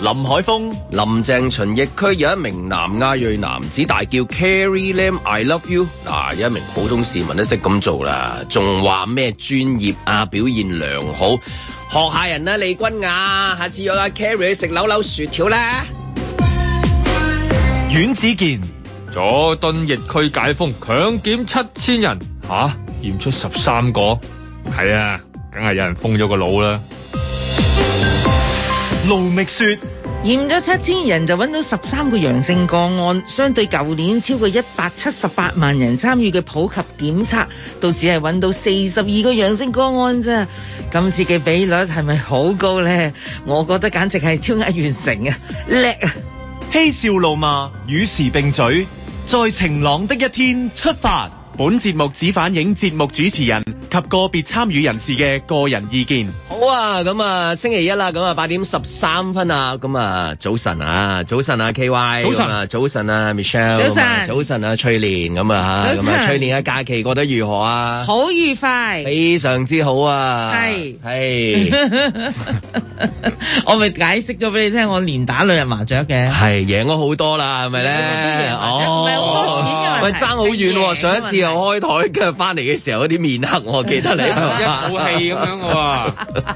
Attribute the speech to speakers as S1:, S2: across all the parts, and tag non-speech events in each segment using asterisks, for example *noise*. S1: 林海峰、
S2: 林鄭秦疫區有一名南亞裔男子大叫 Carrie Lam I love you，嗱、有一名普通市民都識咁做啦，仲話咩專業啊，表現良好，學下人啦、李君雅，下次約阿 Carrie 去食扭扭薯條啦。
S1: 阮子健、
S3: 佐敦疫區解封，強檢七千人，吓、驗出十三個，係啊，梗係有人封咗個
S4: *laughs*
S3: 腦啦。
S1: 盧覓雪、
S4: 驗咗七千人就揾到十三個陽性個案，相對舊年超過一百七十八萬人參與嘅普及檢測，都只係揾到四十二個陽性個案咋。今次嘅比率係咪好高呢？我覺得簡直係超額完成啊！叻啊！
S1: 嬉笑怒罵，與時並舉，在晴朗的一天出發。
S5: 本節目只反映節目主持人及個別參與人士嘅個人意見。
S2: 好啊，咁啊，星期一啦，咁啊八點十三分啊，咁啊早晨啊，早晨啊 K Y，
S3: 早晨
S2: 啊，早晨啊 Michelle，
S4: 早晨
S2: 咁啊早晨啊翠蓮，咁啊
S4: 早
S2: 咁
S4: 晨
S2: 啊翠蓮嘅假期過得如何啊？
S4: 好愉快，
S2: 非常之好啊，
S4: 係 *laughs*
S2: 係
S4: 我咪解釋咗俾你聽，我連打兩日麻雀嘅。
S2: 係贏咗好多啦，係咪咧？哦
S4: 唔係好多錢嘅問題
S2: 喂，爭好遠
S4: 係贏嘅
S2: 喎！上一次又開台，跟住翻嚟嘅時候嗰啲面黑，我記得你
S3: 一口氣咁樣嘅喎，
S2: *laughs*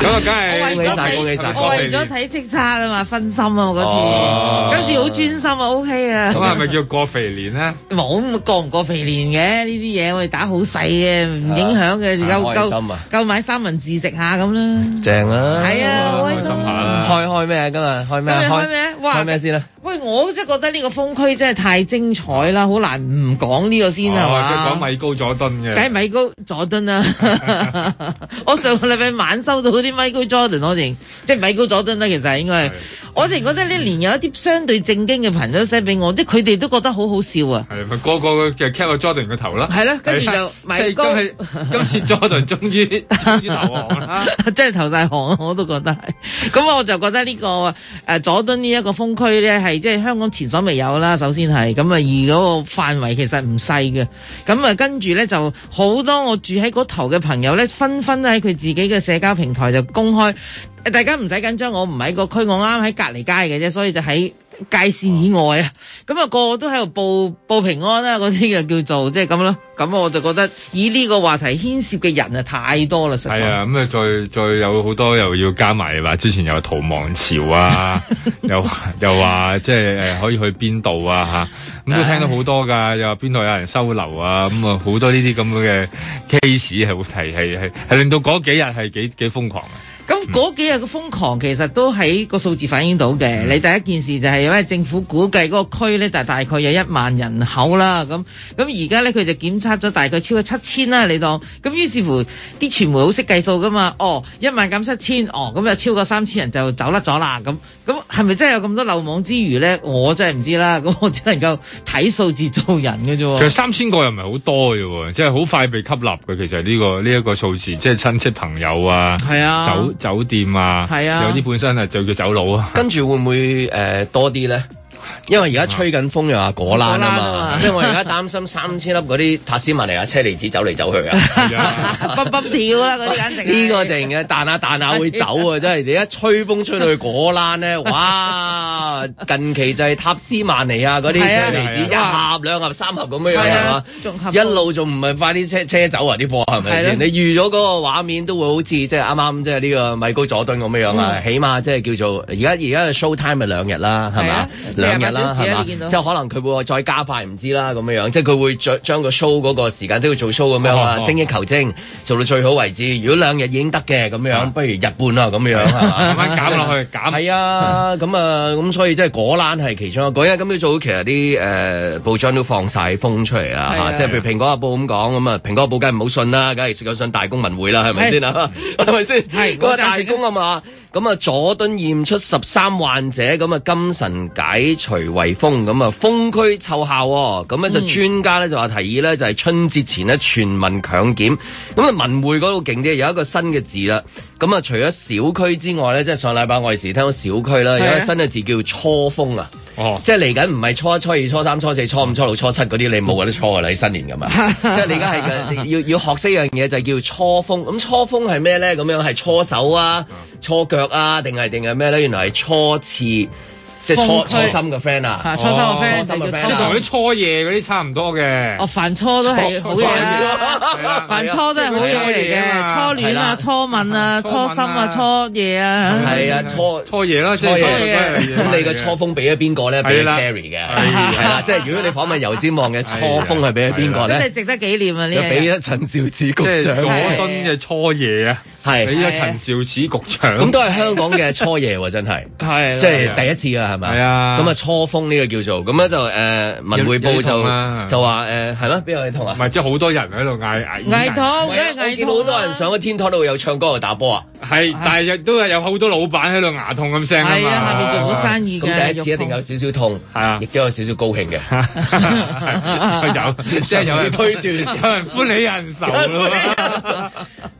S3: 咁啊，
S4: 我
S3: 梗
S4: 為
S3: 係
S2: 恭喜
S4: 咗
S2: 晒恭喜
S4: 睇
S2: 晒
S4: 我為咗睇叱咤啊嘛，分心啊嘛
S2: 哦
S4: 嗰次，今次好專心啊，OK 啊。
S3: 咁係咪叫過肥年咧？
S4: 冇咁過唔過肥年嘅呢啲嘢，我哋打好細嘅，唔影響嘅，
S2: 啊
S4: 夠
S2: 開
S4: 夠
S2: 心啊
S4: 夠買三文治食下咁啦。
S2: 正啊！
S4: 係啊，好開
S3: 開
S4: 心
S3: 心下啦，
S2: 開開咩啊？今日開咩啊？
S4: 今日開咩啊哇
S2: 開咩先啦？
S4: 喂，我真係覺得呢個風區真係太精彩啦，好難唔講呢個先係
S3: 哦即係
S4: 嘛？
S3: 講米高佐敦嘅，
S4: 梗係米高佐敦啦！ *laughs* 我上個禮拜晚收到啲米高 Jordan，我哋即係米高佐敦啦，其實應該係
S3: 係
S4: 我淨覺得呢年有一啲相對正經嘅朋友 send 俾我，即係佢哋都覺得好好笑啊！
S3: 係咪個個就 cap 個 Jordan 個頭啦？
S4: 係啦跟住就米高
S3: 即係今次今次 Jordan 終於終於投降啦。
S4: 真係頭晒汗，我都覺得係。咁我就覺得呢、個誒、呃佐敦呢一個風區咧，係即係香港前所未有啦。首先係咁啊，而嗰個範圍其實唔細嘅。咁啊，跟住咧就好多我住喺嗰頭嘅啊朋友咧，紛紛喺佢自己嘅社交平台就公開。呃大家唔使緊張，我唔喺個區，我啱喺隔離街嘅啫，所以就喺界線以外啊。咁啊，個個都喺度報報平安啦，嗰啲就叫做即係咁咯。咁我就覺得以呢個話題牽涉嘅人啊太多啦，實
S3: 係
S4: 在。
S3: 啊，咁啊，再再有好多又要加埋話，之前又話逃亡潮
S4: *laughs*
S3: 啊，又又話即係誒可以去邊度啊吓，咁都聽到好多㗎，又話邊度有人收留啊，咁啊好多呢啲咁嘅 case 係會提係係係令到嗰幾日係幾幾瘋狂啊嘅，
S4: 咁嗰幾日嘅瘋狂其實都喺個數字反映到
S3: 嗯
S4: 嘅。你第一件事就係因為政府估計嗰個區咧就大概有一萬人口啦，咁咁而家咧佢就檢測咗大概超過七千啦，你當咁於是乎啲傳媒好識計數噶嘛，哦一萬減七千，哦咁就超過三千人就走甩咗啦，咁咁係咪真係有咁多漏網之魚咧？我真係唔知啦，咁我只能夠睇數字做人嘅啫
S3: 其實
S4: 喎。
S3: 三千個又唔係好多嘅喎，即係好快被吸納嘅。其實呢個呢一個數字，即係親戚朋友啊，
S4: 係啊
S3: 酒酒店啊，
S4: 係啊
S3: 有啲本身係就叫走佬啊。
S2: 跟住會唔會誒、呃多啲咧？因為而家吹緊風又話果欄啊
S4: 果欄啊
S2: 嘛
S4: 嘛，
S2: 即係我而家擔心三千粒嗰啲塔斯曼尼亞車厘子走嚟走去啊！
S4: *laughs* 蹦蹦跳啦，嗰啲簡直係
S2: 呢個淨嘅彈下彈下會走啊！真係你一吹風吹到去果欄咧，哇！近期就係塔斯曼尼亞嗰啲
S4: 係啊
S2: 車厘子一
S4: 係啊
S2: 盒兩盒三盒咁樣
S4: 係
S2: 樣係
S4: 啊
S2: 嘛
S4: 仲合？數
S2: 一路仲唔係快啲車車走啊啲貨係咪
S4: 係
S2: 先？
S4: 咯
S2: 你預咗嗰個畫面都會好似即係啱啱即係呢個米高佐敦咁樣樣啊！起碼即係叫做而家而家嘅 show time 咪兩日啦，係
S4: 嗯係
S2: 嘛
S4: 啊？
S2: 兩日
S4: 48小
S2: 啦，
S4: 時啊
S2: 係嘛？
S4: 你見到
S2: 即係可能佢會再加快唔知啦咁樣樣，即係佢會將將個 show 嗰個時間即係做 show 咁樣啊
S3: 哦哦，
S2: 精益求精，做到最好為止。如果兩日已經得嘅咁樣，不如日半啦咁樣係嘛
S3: 啊慢慢減
S2: *laughs*
S3: 落去，減
S2: 係啊，咁啊，咁所以即係果欄係其中一個。因為今朝早其實啲誒報章都放晒風出嚟啊，
S4: 係啊
S2: 嚇即係譬如《蘋果日報》咁講，咁啊，《蘋果日報》梗係唔好信啦，梗係食咗信大公文匯啦，係咪先啊？係咪先？
S4: 係
S2: 嗰個
S4: 我贊成啊
S2: 大公啊嘛，咁啊，佐敦驗出十三患者，咁啊，金神解除圍封，咁啊，封區奏效喎，咁咧就專家咧就話提議咧就係春節前咧全民強檢，咁啊，文匯嗰度勁啲，有一個新嘅字啦，咁啊，除咗小區之外咧，即係上禮拜我哋時聽到小區啦，有一個新嘅字叫初封啊，
S3: 哦
S2: 即係嚟緊唔係初一、初二、初三、初四、初五、初六、初七嗰啲，你冇嗰啲初噶啦，啊你新年噶嘛。即係你而家係嘅要要學識一樣嘢，就係叫初風。咁初風係咩咧？咁樣係初手啊、初腳啊，定係定係咩咧？原來係初次，即係初
S4: 風
S2: 初
S4: 區
S2: 心嘅 friend 啊。
S4: 啊，初三個 friend
S2: 初三
S4: 就
S2: 個
S4: 叫
S3: 即係同
S4: 初
S3: 嗰啲初夜嗰啲差唔多嘅
S4: 哦，。凡初都係好嘢
S2: 啊
S4: *laughs* 啦，
S3: 係啦
S4: 凡初都係好嘢嚟嘅，初戀啊、初吻
S2: *laughs*
S4: 啊、初心啊、初夜啊，
S2: 係啊，初
S3: 初夜啦，即係
S2: 初夜
S3: 初
S2: 咁你個初風俾咗邊個咧？俾
S3: 係
S2: 咗
S3: 啦
S2: Carry 嘅，
S3: 係
S2: 係啦。即係如果你訪問油尖旺嘅初風係俾咗邊個
S4: 真係
S2: 咧？
S4: 值得紀念啊！呢
S2: 就俾
S4: 一日
S2: 咗陳肇始
S3: 即
S2: 局
S3: 係
S2: 長
S3: 佐
S2: 嘅，
S3: 敦嘅初夜啊，
S2: 係
S3: 俾咗陳肇始局長。
S2: 咁都係香港嘅初夜喎，真係。
S4: 係
S2: 即係第一次啊，係咪？
S3: 係啊
S2: 咁啊初封呢個叫做，咁咧就誒、呃文匯
S3: 有
S2: 報
S3: 有啲痛啊
S2: 就就話誒係咩？邊有你痛啊
S3: 唔？係即係好多人喺度嗌嗌
S4: 藝堂，梗係
S2: 我
S4: 藝
S2: 見
S4: 堂
S2: 好多人上咗天台度有唱歌又打波啊！
S3: 係，但係亦都係有好多老闆喺度牙痛咁聲啊
S4: 係啊，下
S3: 嘛，
S4: 面做好生意
S2: 咁
S4: 嘅，
S2: 第一次一定啊有少少痛，
S3: 係啊
S2: 亦都有少少高興嘅。
S3: *laughs* 有即係有人
S2: 推斷
S3: 有人歡喜有啊人愁咯，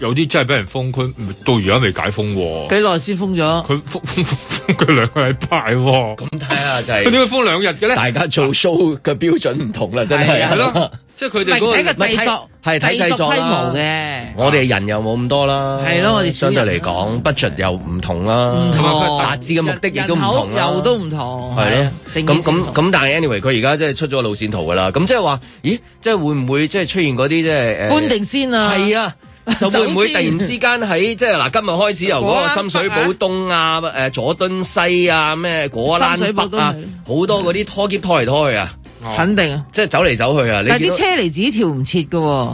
S3: 有啲真係俾人封區，到而家未解封喎。
S4: 幾耐先封咗？
S3: 佢封封封封佢兩個禮拜喎，
S2: 咁睇下就係、
S3: *laughs* 佢點解封兩日嘅咧？
S2: 大家做 show 嘅標準唔同啦，真係
S3: 係咯，即係佢哋
S4: 睇
S3: 嗰
S4: 個
S3: 個
S4: 製作
S2: 咪睇係睇製作啦
S4: 規模嘅。
S2: 我哋人又冇咁多啦，
S4: 係咯我哋少
S2: 相
S4: 人
S2: 對
S4: 啦
S2: 嚟講 budget 又唔同啦，
S4: 唔同
S2: 達至嘅目的亦都唔同
S4: 人
S2: 啦，
S4: 口又都唔同，啊
S2: 係咯。
S4: 成
S2: 咁
S4: 件事唔
S2: 咁
S4: 同
S2: 咁，但係 anyway，佢而家即係出咗路線圖噶啦，咁即係話，咦，即係會唔會即係出現嗰啲即係誒
S4: 搬定先啊，
S2: 係啊。就會
S4: *laughs*
S2: 唔會突然之間喺即係嗱，今日開始由嗰個深水埗東啊、誒佐敦西啊、咩果欄
S4: 深水埗
S2: 北
S4: 都
S2: 啊
S4: 係，
S2: 好多嗰啲拖劫拖嚟拖去啊，
S4: 肯定啊。
S2: 即係走嚟走去啊！你
S4: 但係
S2: 見到
S4: 啲
S2: 啊
S4: 車嚟自己跳唔切嘅喎。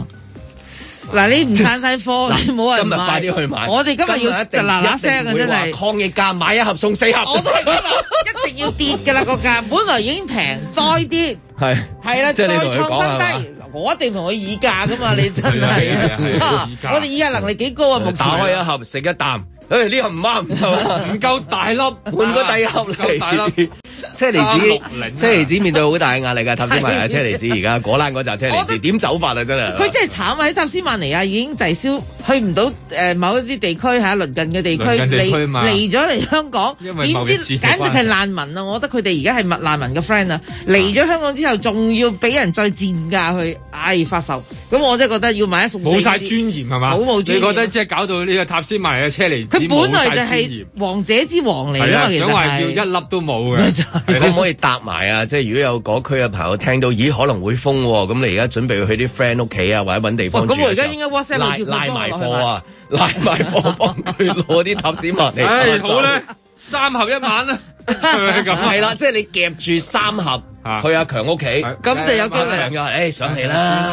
S4: 嗱，你唔散晒貨，你冇人
S2: 今日
S4: 買
S2: 快啲去買，
S4: 我哋今日要就嗱嗱聲啊，真
S2: 係
S4: 係。
S2: 抗疫價買一盒送四盒，
S4: 我都係今日一定要跌嘅啦個價，本來已經平，再跌
S2: 係
S4: 係啦，
S2: *laughs* 即
S4: 再
S2: 係你同佢
S4: 創
S2: 講係嘛
S4: 新低。我一定同佢議價噶嘛，你真係
S3: 係
S2: *laughs*
S3: 啊係啊係啊
S4: 啊
S3: 議
S4: *laughs*
S3: 價
S4: 我哋議價能力幾高啊，目前
S2: 打開一盒食一啖，
S4: 哎
S2: 誒呢盒唔 *laughs* 啱唔啱，
S3: 唔夠大粒，
S2: 換
S3: 換
S2: 個第二盒
S3: 夠大粒。
S2: 嚟。 *laughs* 車厘子，
S4: 啊
S2: 車厘子面對好大嘅壓力㗎，啊塔斯曼牙車厘子而家果欄嗰扎車厘
S4: 我覺
S2: 子
S4: 得
S2: 點走法啊真係。
S4: 佢真係慘啊！喺塔斯曼尼亞已經滯銷，去唔到誒某一啲地區嚇，鄰近嘅地區
S3: 鄰近地區
S4: 嚟
S3: 嘛
S4: 嚟咗嚟香港，
S3: 因為貿
S4: 點
S3: 易
S4: 知
S3: 戰嘅關係
S4: 簡直係難民啊！我覺得佢哋而家係物難民嘅 friend 啊！嚟咗香港之後，仲要俾人再賤價去，唉發售，咁我真係覺得要買一送四
S3: 冇晒
S4: 嗰啲
S3: 尊嚴係嘛？
S4: 好冇
S3: 你
S4: 尊嚴
S3: 覺得即係搞到呢個塔斯曼嘅車厘子
S4: 佢本來就
S3: 係
S4: 係王者之王嚟
S3: 係
S4: 啊
S3: 啊，
S4: 嘛，其實
S3: 想話叫
S4: 係
S3: 一粒都冇嘅，係
S2: 可
S3: 啦
S2: 唔可以搭埋啊？即係如果有嗰區嘅朋友聽到，咦可能會封喎，咁你而家準備去啲 friend 屋企啊，或者揾地方住
S4: 哦哇咁我而家
S2: 嘅時候
S4: 應該 WhatsApp
S2: 拉
S4: 佢叫佢
S2: 拉
S4: 幫我落
S2: 埋
S4: 去
S2: 貨啊，拉埋貨幫佢攞啲塔斯曼嚟。
S3: 唉，好咧，三合一
S2: *laughs*
S3: 晚啦，係咪咁？
S2: 係啦，即係你夾住三盒
S3: 啊
S2: 去阿強屋企，
S4: 咁就有機會
S2: 強咗，唉哎上嚟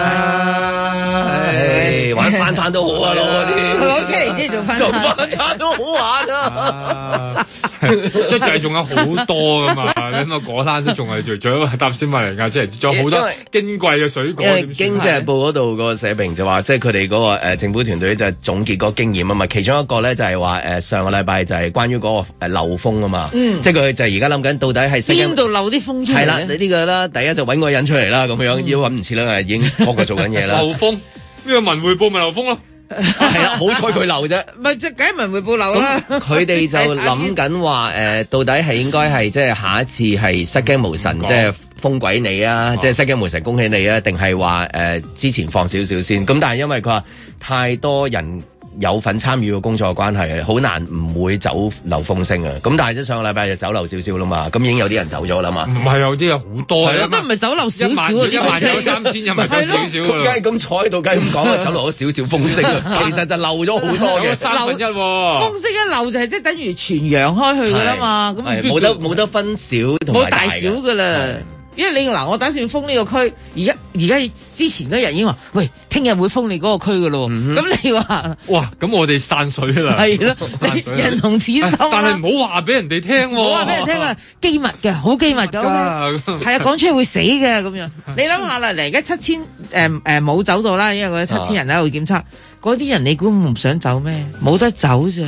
S2: 啦，唉玩翻攤都啊哎好啊，攞嗰
S4: 佢
S2: 啲
S4: 攞出嚟即係做
S3: *laughs*
S4: 翻
S2: 做翻攤都好玩啊！
S3: 啊 *laughs* 即係仲有好
S4: *laughs*
S3: 多噶嘛，你諗下果欄都仲係仲仲有塔斯曼尼亞車厘子，仲有好
S2: 因
S3: 多
S2: 為
S3: 矜貴嘅水果。
S2: 因為
S3: 點算
S2: 經濟日報嗰度個社評就話，即係佢哋嗰個誒政府團隊就總結個經驗啊嘛。其中一個咧就係話誒上個禮拜就係關於嗰個誒漏風啊嘛，即係佢就而家諗緊到底係適
S4: *laughs* 邊
S2: 應
S4: 度漏啲風出
S2: 係啦
S4: 嚟咧？
S2: 呢個啦，第一就揾個人出嚟啦，咁樣要揾唔切啦，已經個個做緊嘢啦，
S3: 流風呢個文匯報咪流風咯，
S2: 係啦，好彩佢漏啫。
S4: 咪即係梗係文匯報漏
S2: 咁
S4: 啦。
S2: *laughs* 佢哋
S4: *laughs*
S2: 就諗緊話誒，到底係應該係即係下一次係失驚無神，
S3: 講
S2: 即係封鬼你啊，即係失驚無神恭喜你啊，定係話誒之前放少少先？咁但係因為佢話太多人。有份參與嘅工作嘅關係，好難唔會走漏風聲啊！咁但係即上個禮拜就走漏少少啦 *laughs* 嘛，咁已經有啲人走咗啦嘛。
S3: 唔係有啲啊係好多
S4: 我
S3: 嘅
S4: 覺得唔係走漏少
S3: 一
S4: 少啊！
S3: 萬一
S4: 呢個
S3: 萬
S4: 真
S3: 有
S4: 係
S3: 三千，又咪走少少
S2: 佢
S3: 㗎
S2: 梗係
S3: 啦，
S2: 咁坐喺度，梗係咁講啊，走漏咗少少風聲 *laughs* 啊，其實就漏咗好多 *laughs*
S3: 有
S2: 嘅
S3: 咗。三分一喎。
S4: 風聲一漏就係即係等於傳揚開去噶啦嘛，咁
S2: 係冇得冇得分小同
S4: 冇
S2: 埋
S4: 大
S2: 嘅
S4: 小噶啦
S2: 係。
S4: 因為你嗱，我打算封呢個區，而家而家之前嗰日已經話，喂，聽日會封你嗰個區噶咯喎，
S2: 嗯
S4: 咁你話
S3: 哇！咁我哋散水啦，
S4: 係咯
S3: 散，水
S4: 你
S3: 啦
S4: 人同此心啦
S3: 但係唔好話俾人哋聽喎，
S4: 唔好話俾人聽啊，機密嘅，好機密
S3: *laughs*
S4: 嘅，OK。
S3: 㗎。
S4: 係啊，講出去會死嘅咁樣。 *laughs* 你諗下啦，嚟而家七千誒誒冇走到啦，因
S3: 啊
S4: 為嗰七千人喺度檢測，嗰啲人你估唔想走咩？冇得走咋，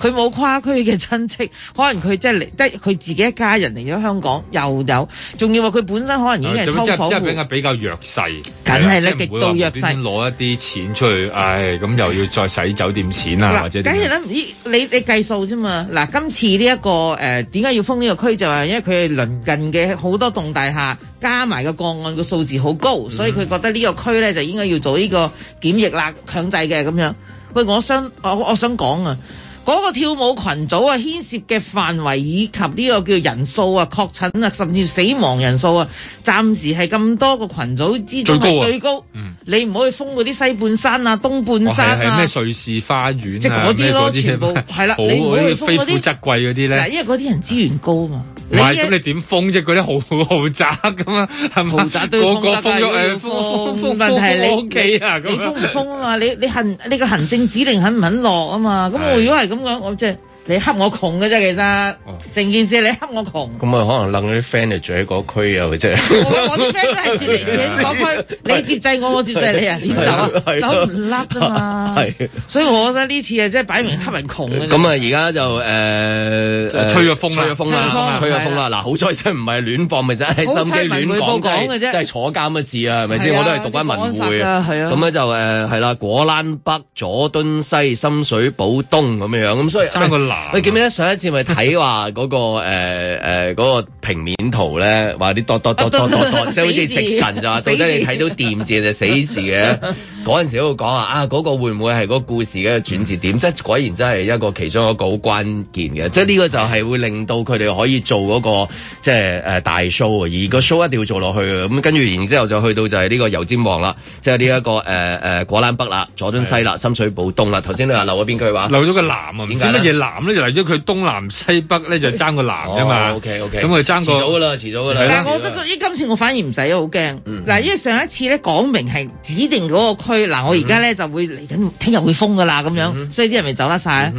S4: 佢冇跨區嘅親戚，可能佢即係嚟得佢自己一家人嚟咗香港，又有，仲要話佢本身可能已經係
S3: 啊即
S4: 劏
S3: 係
S4: 房
S3: 即係比
S4: 戶，
S3: 較比較弱勢，
S4: 梗係啦
S3: 即係唔會
S4: 極度
S3: 話
S4: 弱勢
S3: 無端端攞一啲錢出去，唉，咁又要再使酒店錢啊，或者
S4: 嗱，梗
S3: 點
S4: 係啦，咦你你計數啫嘛。嗱，今次呢、一個誒點解要封呢個區就係因為佢係鄰近嘅好多棟大廈，加埋個個案個數字好高，所
S3: 嗯
S4: 以佢覺得呢個區咧就應該要做呢個檢疫啦，強制嘅咁樣。喂，我想我我想講啊。嗰個跳舞群組啊，牽涉嘅範圍以及呢個叫人數啊、確診啊，甚至死亡人數啊，暫時係咁多個群組之中
S3: 最
S4: 係
S3: 高啊
S4: 最高。你唔好去封嗰啲西半山啊、東半
S3: 哦
S4: 山
S3: 係係
S4: 啊。
S3: 咩瑞士花園啊
S4: 即係嗰啲咯
S3: 咩嗰啲
S4: 全
S3: *laughs*
S4: 部
S3: 咩
S4: 係啦
S3: 好
S4: 你唔好去
S3: 嗰啲
S4: 封
S3: 非
S4: 嗰啲
S3: 富則貴嗰啲
S4: 嗱，
S3: 咧。
S4: 因為嗰啲人資源高嘛，
S3: 唔係咁，
S4: 一
S3: 你點封啫？嗰啲豪豪宅咁啊，係咪？
S4: 豪宅都要
S3: 個個封
S4: 封得
S3: 咗
S4: 㗎
S3: 誒，
S4: 要
S3: 封封封
S4: 封問題係
S3: 封
S4: 你
S3: 我屋企啊，
S4: 你
S3: 咁
S4: 封唔
S3: 啊
S4: 封啊嘛？你你行你個行政指令肯唔肯落啊嘛？咁我
S3: 係哦
S4: 如果係咁講，我即係你恰我窮嘅啫，其實成件事係你恰我窮。
S2: 咁啊，可能楞啲 friend 就住喺嗰區啊，
S4: *laughs*
S2: 即係
S4: 我我啲 friend 都係住嚟住喺
S3: *laughs*
S4: 嗰區，你接濟我，我接濟你啊？點走
S2: 係
S4: 啊？走唔甩啊嘛！
S2: 係
S4: 所以我覺得呢次啊，真係擺明恰人窮嘅啫。
S2: 咁啊！而家就誒誒
S3: 吹咗風
S2: 吹咗
S3: 啦
S2: 風啦，吹
S4: 吹咗風
S2: 咗風啦。嗱，好彩真係唔係亂放，咪真係心
S4: 好
S2: 機亂講
S4: 彩文匯報講嘅啫
S2: 真係坐監嘅字啊，係咪先？
S4: 係啊
S2: 我都係讀翻文匯
S4: 國安法㗎係啊
S2: 咁咧就誒係啦，果欄北、佐敦西、深水埗東咁樣樣，咁所以
S3: 爭個啊南
S2: 喂，記唔記得上一次咪睇話嗰個誒誒嗰個平面圖咧，話啲多多
S4: 啊
S2: 多多多多，即係好似食神
S3: *laughs*
S2: 就話，到底你睇到掂字就死字嘅。嗰陣時喺度講啊，啊嗰個會唔會係嗰個故事嘅轉折點？即係果然真係一個其中一個好關鍵嘅，即係呢個就係會令到佢哋可以做嗰個即係誒大 show 啊，而個 show 一定要做落去啊。咁跟住然之後就去到就係呢個油尖旺啦，即係呢一個誒誒果欄北啦、佐敦西啦、深水埗東啦。頭先你話漏咗邊句話？
S3: 漏咗個南啊，唔
S2: 點
S3: 知
S2: 解
S3: 乜
S2: 咧
S3: 嘢南咧，就嚟咗佢東南西北咧，就爭個南啫嘛。
S2: O K O K，
S3: 咁佢爭
S2: 遲早噶
S3: 個
S2: 啦，遲早噶啦。
S4: 但係我覺得依今次我反而唔使好驚。嗱，因為上一次咧講明係指定嗰個區，嗱我而家咧就會嚟緊，聽日會封噶啦咁樣，所以啲人咪走得晒啦。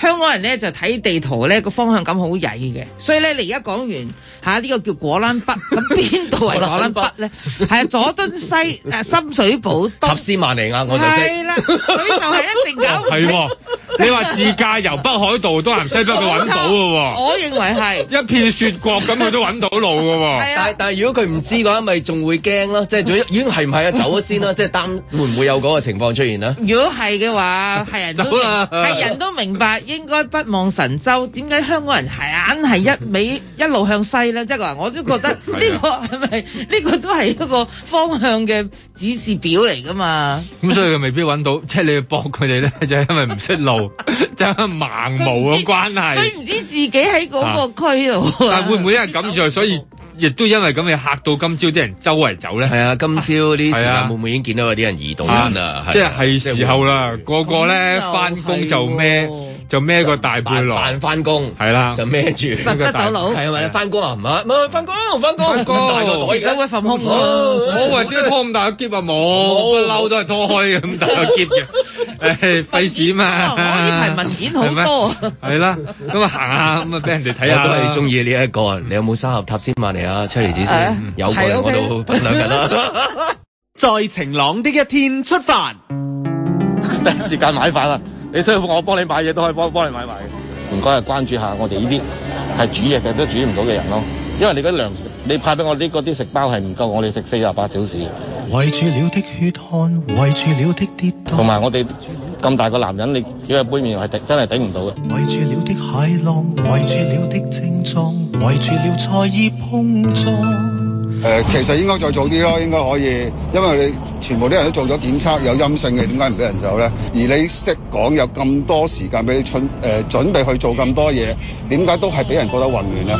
S4: 香港人咧就睇地圖咧個方向感好曳嘅，所以咧你而家講完嚇呢個叫果欄北，咁邊度係果欄北咧？係啊，佐敦西誒深水埗
S2: 塔
S4: 東。
S2: 斯曼尼亞我就識。
S4: 係啦，佢就係一定搞唔
S3: *laughs* 係
S4: 清。
S3: 喎，你話自駕由北海道東南西北佢揾到嘅
S4: *laughs* 我認為係。
S3: 喎，一片雪國咁佢都揾到路嘅
S4: 係
S3: 喎。
S4: 啊
S2: 但但如果佢唔知嘅話，咪仲會驚咯，
S3: *laughs*
S2: 即係總之已經係唔係啊？走咗先啦，即係擔會唔會有嗰個情況出現啊咧？
S4: 如果係嘅話，係人都
S2: 走啦
S4: 係人都明白，應該不忘神州。點解香港人係硬係一味一路向西咧？即係話，我都覺得呢個係咪呢個都係一個方向嘅指示表嚟噶嘛？
S3: 咁所以佢未必揾到，即係你要搏佢哋咧， *laughs* 就係因為唔識路， *laughs* 就係盲
S4: 佢
S3: 無
S4: 唔
S3: 嘅
S4: 知
S3: 關係
S4: 佢。唔知自己喺嗰個區度啊。
S3: 但會唔會因為咁就所以亦都因為咁你嚇到今朝啲人周圍走咧？
S2: 係啊，今朝啲時
S3: 係啊
S2: 間會唔會已經見到有啲人移動緊啦
S3: 啊？即係係時候
S2: 嗯
S3: 啦，個個咧
S4: 咁又
S3: 翻工就
S4: 係
S3: 孭
S4: 喎
S3: 就孭個大背
S2: 扮
S3: 囊
S2: 扮，翻工，
S3: 係啦
S2: 就孭住
S4: 實質走佬？
S2: 係啊咪翻工啊唔啊，咪翻工翻工，
S3: 翻工
S2: 咁大個袋
S4: 其實
S2: 嘅
S4: 會份空
S2: 哦
S3: 我話點解拖咁大個箧啊？冇，不嬲都係拖開咁大個箧嘅，誒費事嘛。
S4: 哦我呢排文件好多，
S3: 係啦，咁啊行下，咁啊俾人哋睇
S2: 我
S3: 下
S2: 都係
S3: 啦。
S2: 中意呢一個，你有冇三合塔斯曼尼亞車厘子
S4: 係啊
S2: 先？有個
S4: 係
S2: 我
S4: OK
S2: 都分享緊啦。 *laughs*
S5: 在晴朗的一天出發。
S6: 時間買飯啦。你需要我幫你買嘢都可以幫幫你買埋嘅。唔該，係關注下我哋呢啲係煮嘢嘅都煮唔到嘅人咯。因為你嗰啲糧食，你派俾我呢嗰啲食包係唔夠我哋食四十八小時嘅。
S7: 圍住了的血汗，圍住了的跌倒，
S6: 同埋我哋咁大個男人，你幾個杯麵係頂真係頂唔到嘅。
S7: 圍住了的蟹浪，圍住了的症狀，圍住了菜意碰撞。
S8: 誒、呃其實應該再早啲咯，應該可以，因為你全部啲人都做咗檢測有陰性嘅，點解唔俾人走咧？而你識講有咁多時間俾你準誒、準備去做咁多嘢，點解都係俾人覺得混亂咧？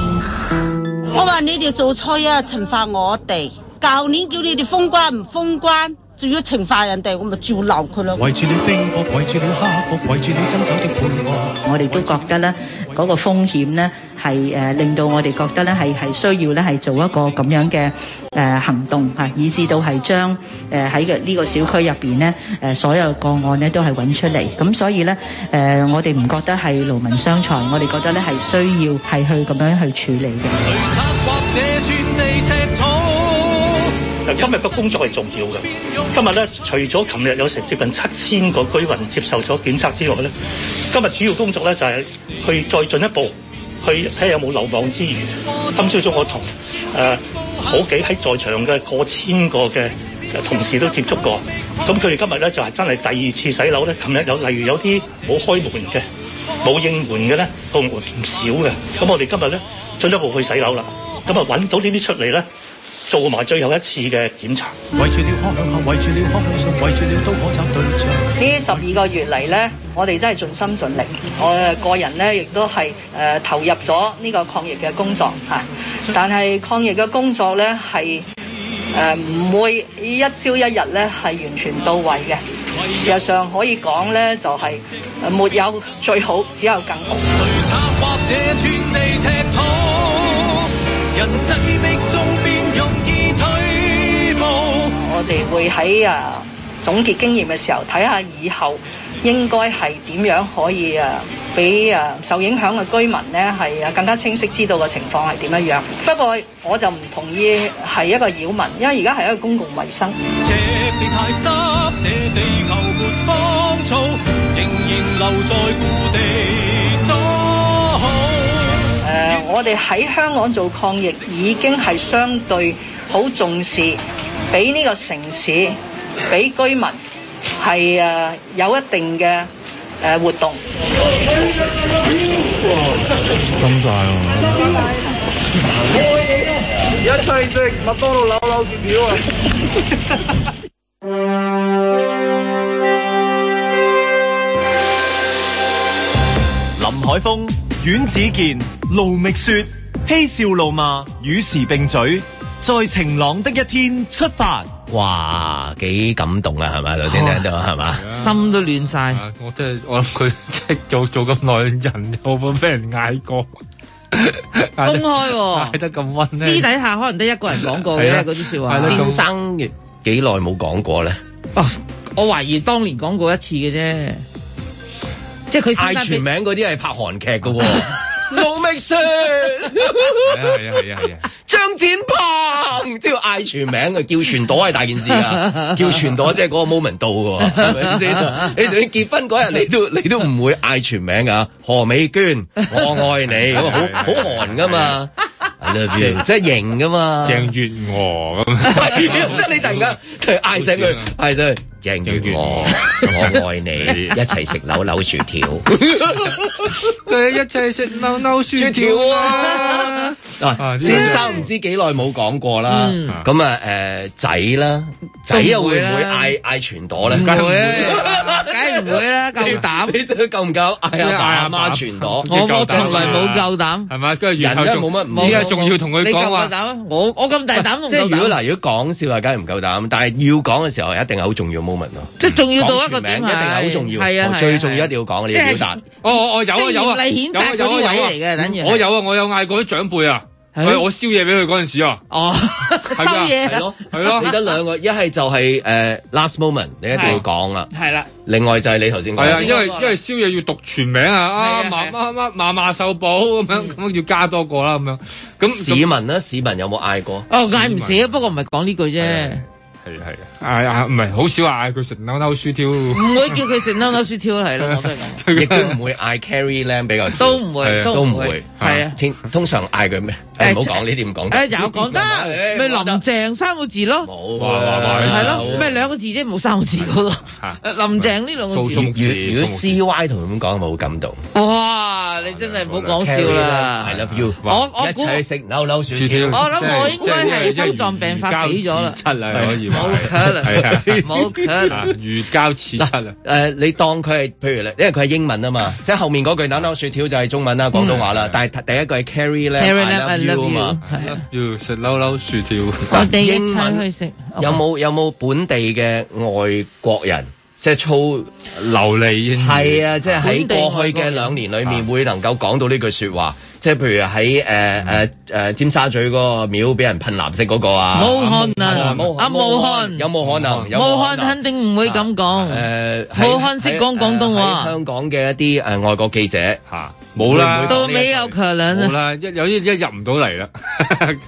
S9: 我話你哋做錯啊，懲罰我哋。舊年叫你哋封關唔封關，仲要懲罰人哋，我咪照鬧佢咯。
S7: 圍住了冰雹，圍住了蝦殼，圍住了爭吵的配角。
S10: 我哋都覺得咧，嗰、個風險咧係誒呃令到我哋覺得咧係係需要咧係做一個咁樣嘅誒、呃行動嚇、以至到係將誒喺嘅呢個小區入邊咧誒所有個案咧都係揾出嚟。咁所以咧誒、呃我哋唔覺得係勞民傷財，我哋覺得咧係需要係去咁樣去處理嘅。
S11: 嗱，今日嘅工作係重要嘅。今日咧，除咗琴日有成接近七千個居民接受咗檢測之外咧，今日主要工作咧就係、去再進一步去睇下有冇漏網之魚。今朝早我同誒、呃好幾喺在場嘅過千個嘅嘅同事都接觸過，咁佢哋今日咧就係、真係第二次洗樓咧。琴日有例如有啲冇開門嘅，冇應門嘅咧，個門唔少嘅。咁我哋今日咧進一步去洗樓啦，咁啊揾到呢啲出嚟咧。做埋最後一次嘅檢查。
S7: 圍住了方向下，圍住了方向上，圍住了都可找對象。
S10: 呢十二個月嚟呢，我哋真係盡心盡力，我呃個人呢，亦都係誒、呃投入咗呢個抗疫嘅工作嚇、但係抗疫嘅工作呢，係誒唔會一朝一日呢係完全到位嘅。事實上可以講呢，就係、呃沒有最好，只有更好。我哋啊會喺啊總結經驗嘅時候，睇下以後應該係點樣可以啊俾啊受影響嘅居民呢係啊更加清晰知道嘅情況係點樣樣。不過我就唔同意係一個擾民，因為而家係一個公共衞生。誒、我哋喺香港做抗疫已經係相對好重視，俾呢個城市，俾居民係誒、呃有一定嘅誒、呃活動。
S1: 林海峰、阮子健、盧覓雪，嬉笑怒罵，與時並舉，在晴朗的一天出發。
S2: 哇，幾感動啊，係咪？頭先聽到係嘛？
S4: 心都亂晒。
S3: 啊我真係我諗佢即係做做咁耐人，有冇俾人嗌過？
S4: 公
S3: 嗌
S4: 開
S3: 得嗌
S4: 喎，
S3: 得咁温
S4: 私
S3: 咧，
S4: 底下可能得一個人講過
S3: 係
S4: 嘅
S3: 啦
S4: 嗰啲説
S3: 係
S4: 話
S3: 啦。
S2: 先生幾耐冇講過咧？
S4: 哦，我懷疑當年講過一次嘅啫。即係佢先
S2: 嗌
S4: 生
S2: 全
S4: 俾
S2: 名嗰啲係拍韓劇嘅
S3: *laughs*
S2: 喎。
S3: 啊
S4: 老明信，
S2: 係啊係啊係啊係啊！張展鵬即係要嗌全名啊，叫全朵係大件事
S3: *laughs*
S2: 啊，叫全朵即係嗰個 moment 到嘅喎，係咪先？你就算結婚嗰日，你都你都唔會嗌全名啊，何美娟，我愛
S3: *laughs*
S2: 你咁好好韓噶嘛。I love you，即係型噶嘛。
S3: 鄭月娥咁，
S2: 即 *laughs* 係你突然間佢嗌醒
S3: *laughs*
S2: 佢，嗌醒佢鄭月娥，我愛你， *laughs* 一齊食扭扭薯條。
S3: 佢一齊食扭扭薯
S2: 條
S3: 啊！
S2: 啊，先生唔知幾耐冇講過啦
S3: 嗯，
S2: 咁啊誒仔啦，仔又會唔會嗌嗌全朵咧？
S4: 唔會啊，梗係唔會
S3: *laughs*
S4: 啦，夠膽。
S2: 你真係夠唔夠
S3: 哎
S2: 嗌阿爸
S4: 啊
S2: 阿媽全朵？
S4: 我我從來冇夠膽。
S3: 係咪？跟住
S2: 人
S3: 然後
S2: 真係
S3: 仲
S2: 冇乜唔
S3: 依家仲要同佢
S4: 你夠
S3: 講
S4: 唔夠
S3: 話
S4: 膽。啊？我我咁大膽都唔
S2: 即係
S4: 夠
S2: 如果
S4: 膽。
S2: 嗱，如果講笑啊，梗係唔夠膽，但係要講嘅時候，一定係好重要 moment 咯。
S4: 即係重要到一個
S2: 講全
S4: 點
S2: 名一定係好重要，
S4: 係啊係啊
S2: 最重要一定要講，你要表達。
S3: 哦，我我有
S4: 即
S3: 啊
S4: 係
S3: 有啊，
S4: 嚴厲譴責
S3: 有啊
S4: 嗰
S3: 有啊
S4: 啲
S3: 有啊
S4: 位嚟嘅等於係
S3: 我有啊，我有嗌過啲長輩啊，我我燒嘢俾佢嗰陣時啊，
S4: 哦，啊收嘢
S2: 係咯，
S3: 係咯
S2: *laughs* 你得兩個，一係就係誒 last moment，你一定要講啦。
S4: 係啦，
S2: 另外就係你頭先講
S3: 係啊，因為因為宵夜要讀全名啊，啊媽媽媽嫲嫲壽寶咁樣，咁要加多個啦咁樣。咁
S2: 市民咧，市民有冇嗌過？
S4: 哦，嗌唔死啊！不過唔係講呢句啫，
S3: 嗯係係嗌啊，唔係好少嗌佢食扭扭薯條，
S4: 唔會叫佢食扭扭雪條係咯，我都係咁。
S2: *laughs* 亦都唔會嗌 Carrie Lam 比較少，
S4: 都唔會
S2: 係啊
S4: 都
S2: 都
S4: 唔
S2: 唔
S4: 會
S2: 會，
S4: 係啊
S2: 通。通常嗌佢咩？誒唔好講呢啲，唔講
S4: 誒
S2: 得。
S4: 有講得，咪林鄭三個字咯，
S2: 冇啊
S3: 哇哇哇
S4: 係
S2: 好
S4: 咯，咩兩個字啫，冇三個字嗰個。呃林鄭呢兩個
S2: 如
S4: 字，
S2: 如果 C Y 同佢咁講，咪好感動。
S4: 哇！你真係唔好講笑
S2: Carrie
S4: 啦
S2: Lam，I love you，
S4: 我我
S2: 一
S4: 估
S2: 齊去食扭扭薯條。
S4: 我諗我應該係心臟病發死咗啦，
S3: 七啊，可以話
S4: 冇可能
S3: 係啊，
S4: 冇可能。
S3: 如膠似漆啊。
S2: 誒、你當佢係，譬如你，因為佢係英文啊嘛，即係後面嗰句扭扭雪條就係中文啦、啊廣東話啦，
S3: 嗯
S2: 但係第一句係 carry 咧
S4: Carrie Lam，
S2: ，I
S4: I
S2: love you
S4: love
S2: 啊嘛。
S3: 要食扭扭薯條，
S4: 我哋一
S2: 英
S4: 齊去
S2: 文
S4: 食，哦
S2: 有冇有冇本地嘅外國人，即係粗
S3: 流利英語
S2: 係啊，即係喺
S4: 本地
S2: 過去嘅兩年裏
S4: 啊
S2: 面會能夠講到呢句説話，即係譬如喺
S4: 嗯
S2: 誒誒誒尖沙咀嗰個廟俾人噴藍色嗰個啊，
S4: 冇可能
S2: 冇
S4: 啊冇可能
S2: 有冇可能？有
S4: 武
S2: 冇可
S4: 漢
S2: 能
S4: 肯定唔會咁講，
S2: 誒
S4: 武漢識講廣東話
S2: 喺香港嘅一啲誒外國記者
S3: 嚇冇啦，
S4: 到尾有強兩
S3: 冇
S4: 啊！
S3: 啦，一有啲一入唔到嚟啦，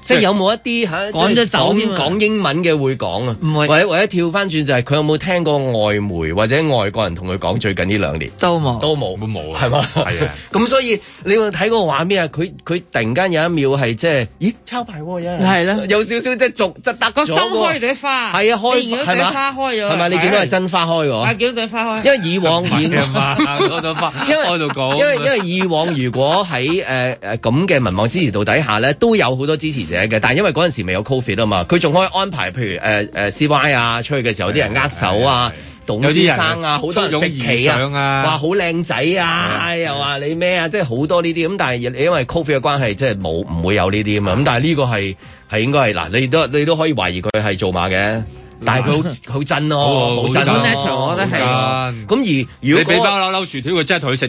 S2: 即係有冇一啲嚇
S4: 趕咗走
S2: 即係
S4: 添啊
S2: 講講英文嘅會講啊？
S4: 唔會
S2: 或者或者跳翻轉就係佢有冇聽過外媒或者外國人同佢講最近呢兩年？
S4: 都冇，
S2: 都冇，
S3: 都冇啊
S2: 係嘛？
S3: 係啊，
S2: *laughs* 咁所以你會睇個畫面啊，佢佢突然間有一秒係即係，咦，抄牌喎，有人
S4: 係啦
S2: 有少少即係逐即係突
S4: 個
S2: 咗
S4: 心
S2: 喎
S4: 開朵花，
S2: 係啊，開
S4: 你如果
S2: 係
S4: 朵
S2: 嘛
S4: 花開咗啦，
S2: 係咪？你見到係真花開
S4: 啊，
S2: 喎？
S4: 見到朵花開，
S2: 因為以往以
S3: *laughs* 係啊嘛，嗰度花，
S2: *laughs* 因為
S3: 我度講，
S2: 因為因為以往如果喺誒誒咁嘅民望支持度底下咧，都有好多支持者嘅，但係因為嗰陣時未有 Covid 啊嘛，佢仲可以安排譬如誒誒、呃 CY 啊，出去嘅時候有啲人握手啊
S3: 係係係。
S2: 董先生啊，
S3: 有
S2: 好
S3: 啲
S2: 多
S3: 人
S2: 人逼
S3: 簇擁而
S2: 企啊，
S3: 上啊
S2: 話好靚仔啊，又話你咩啊，即係好多呢啲咁。但係因為 Covid 嘅關係，即係冇唔會有呢啲啊嘛。咁但係呢個係係應該係嗱，你都你都可以懷疑佢係做馬嘅，但係佢好好真咯，
S3: 好
S2: 好真咯，
S3: 好
S4: natural，我覺得係
S2: 好真咁而如果
S3: 你
S2: 嗰
S3: 俾啊
S2: 個
S3: 包扭扭薯條，佢真係同佢食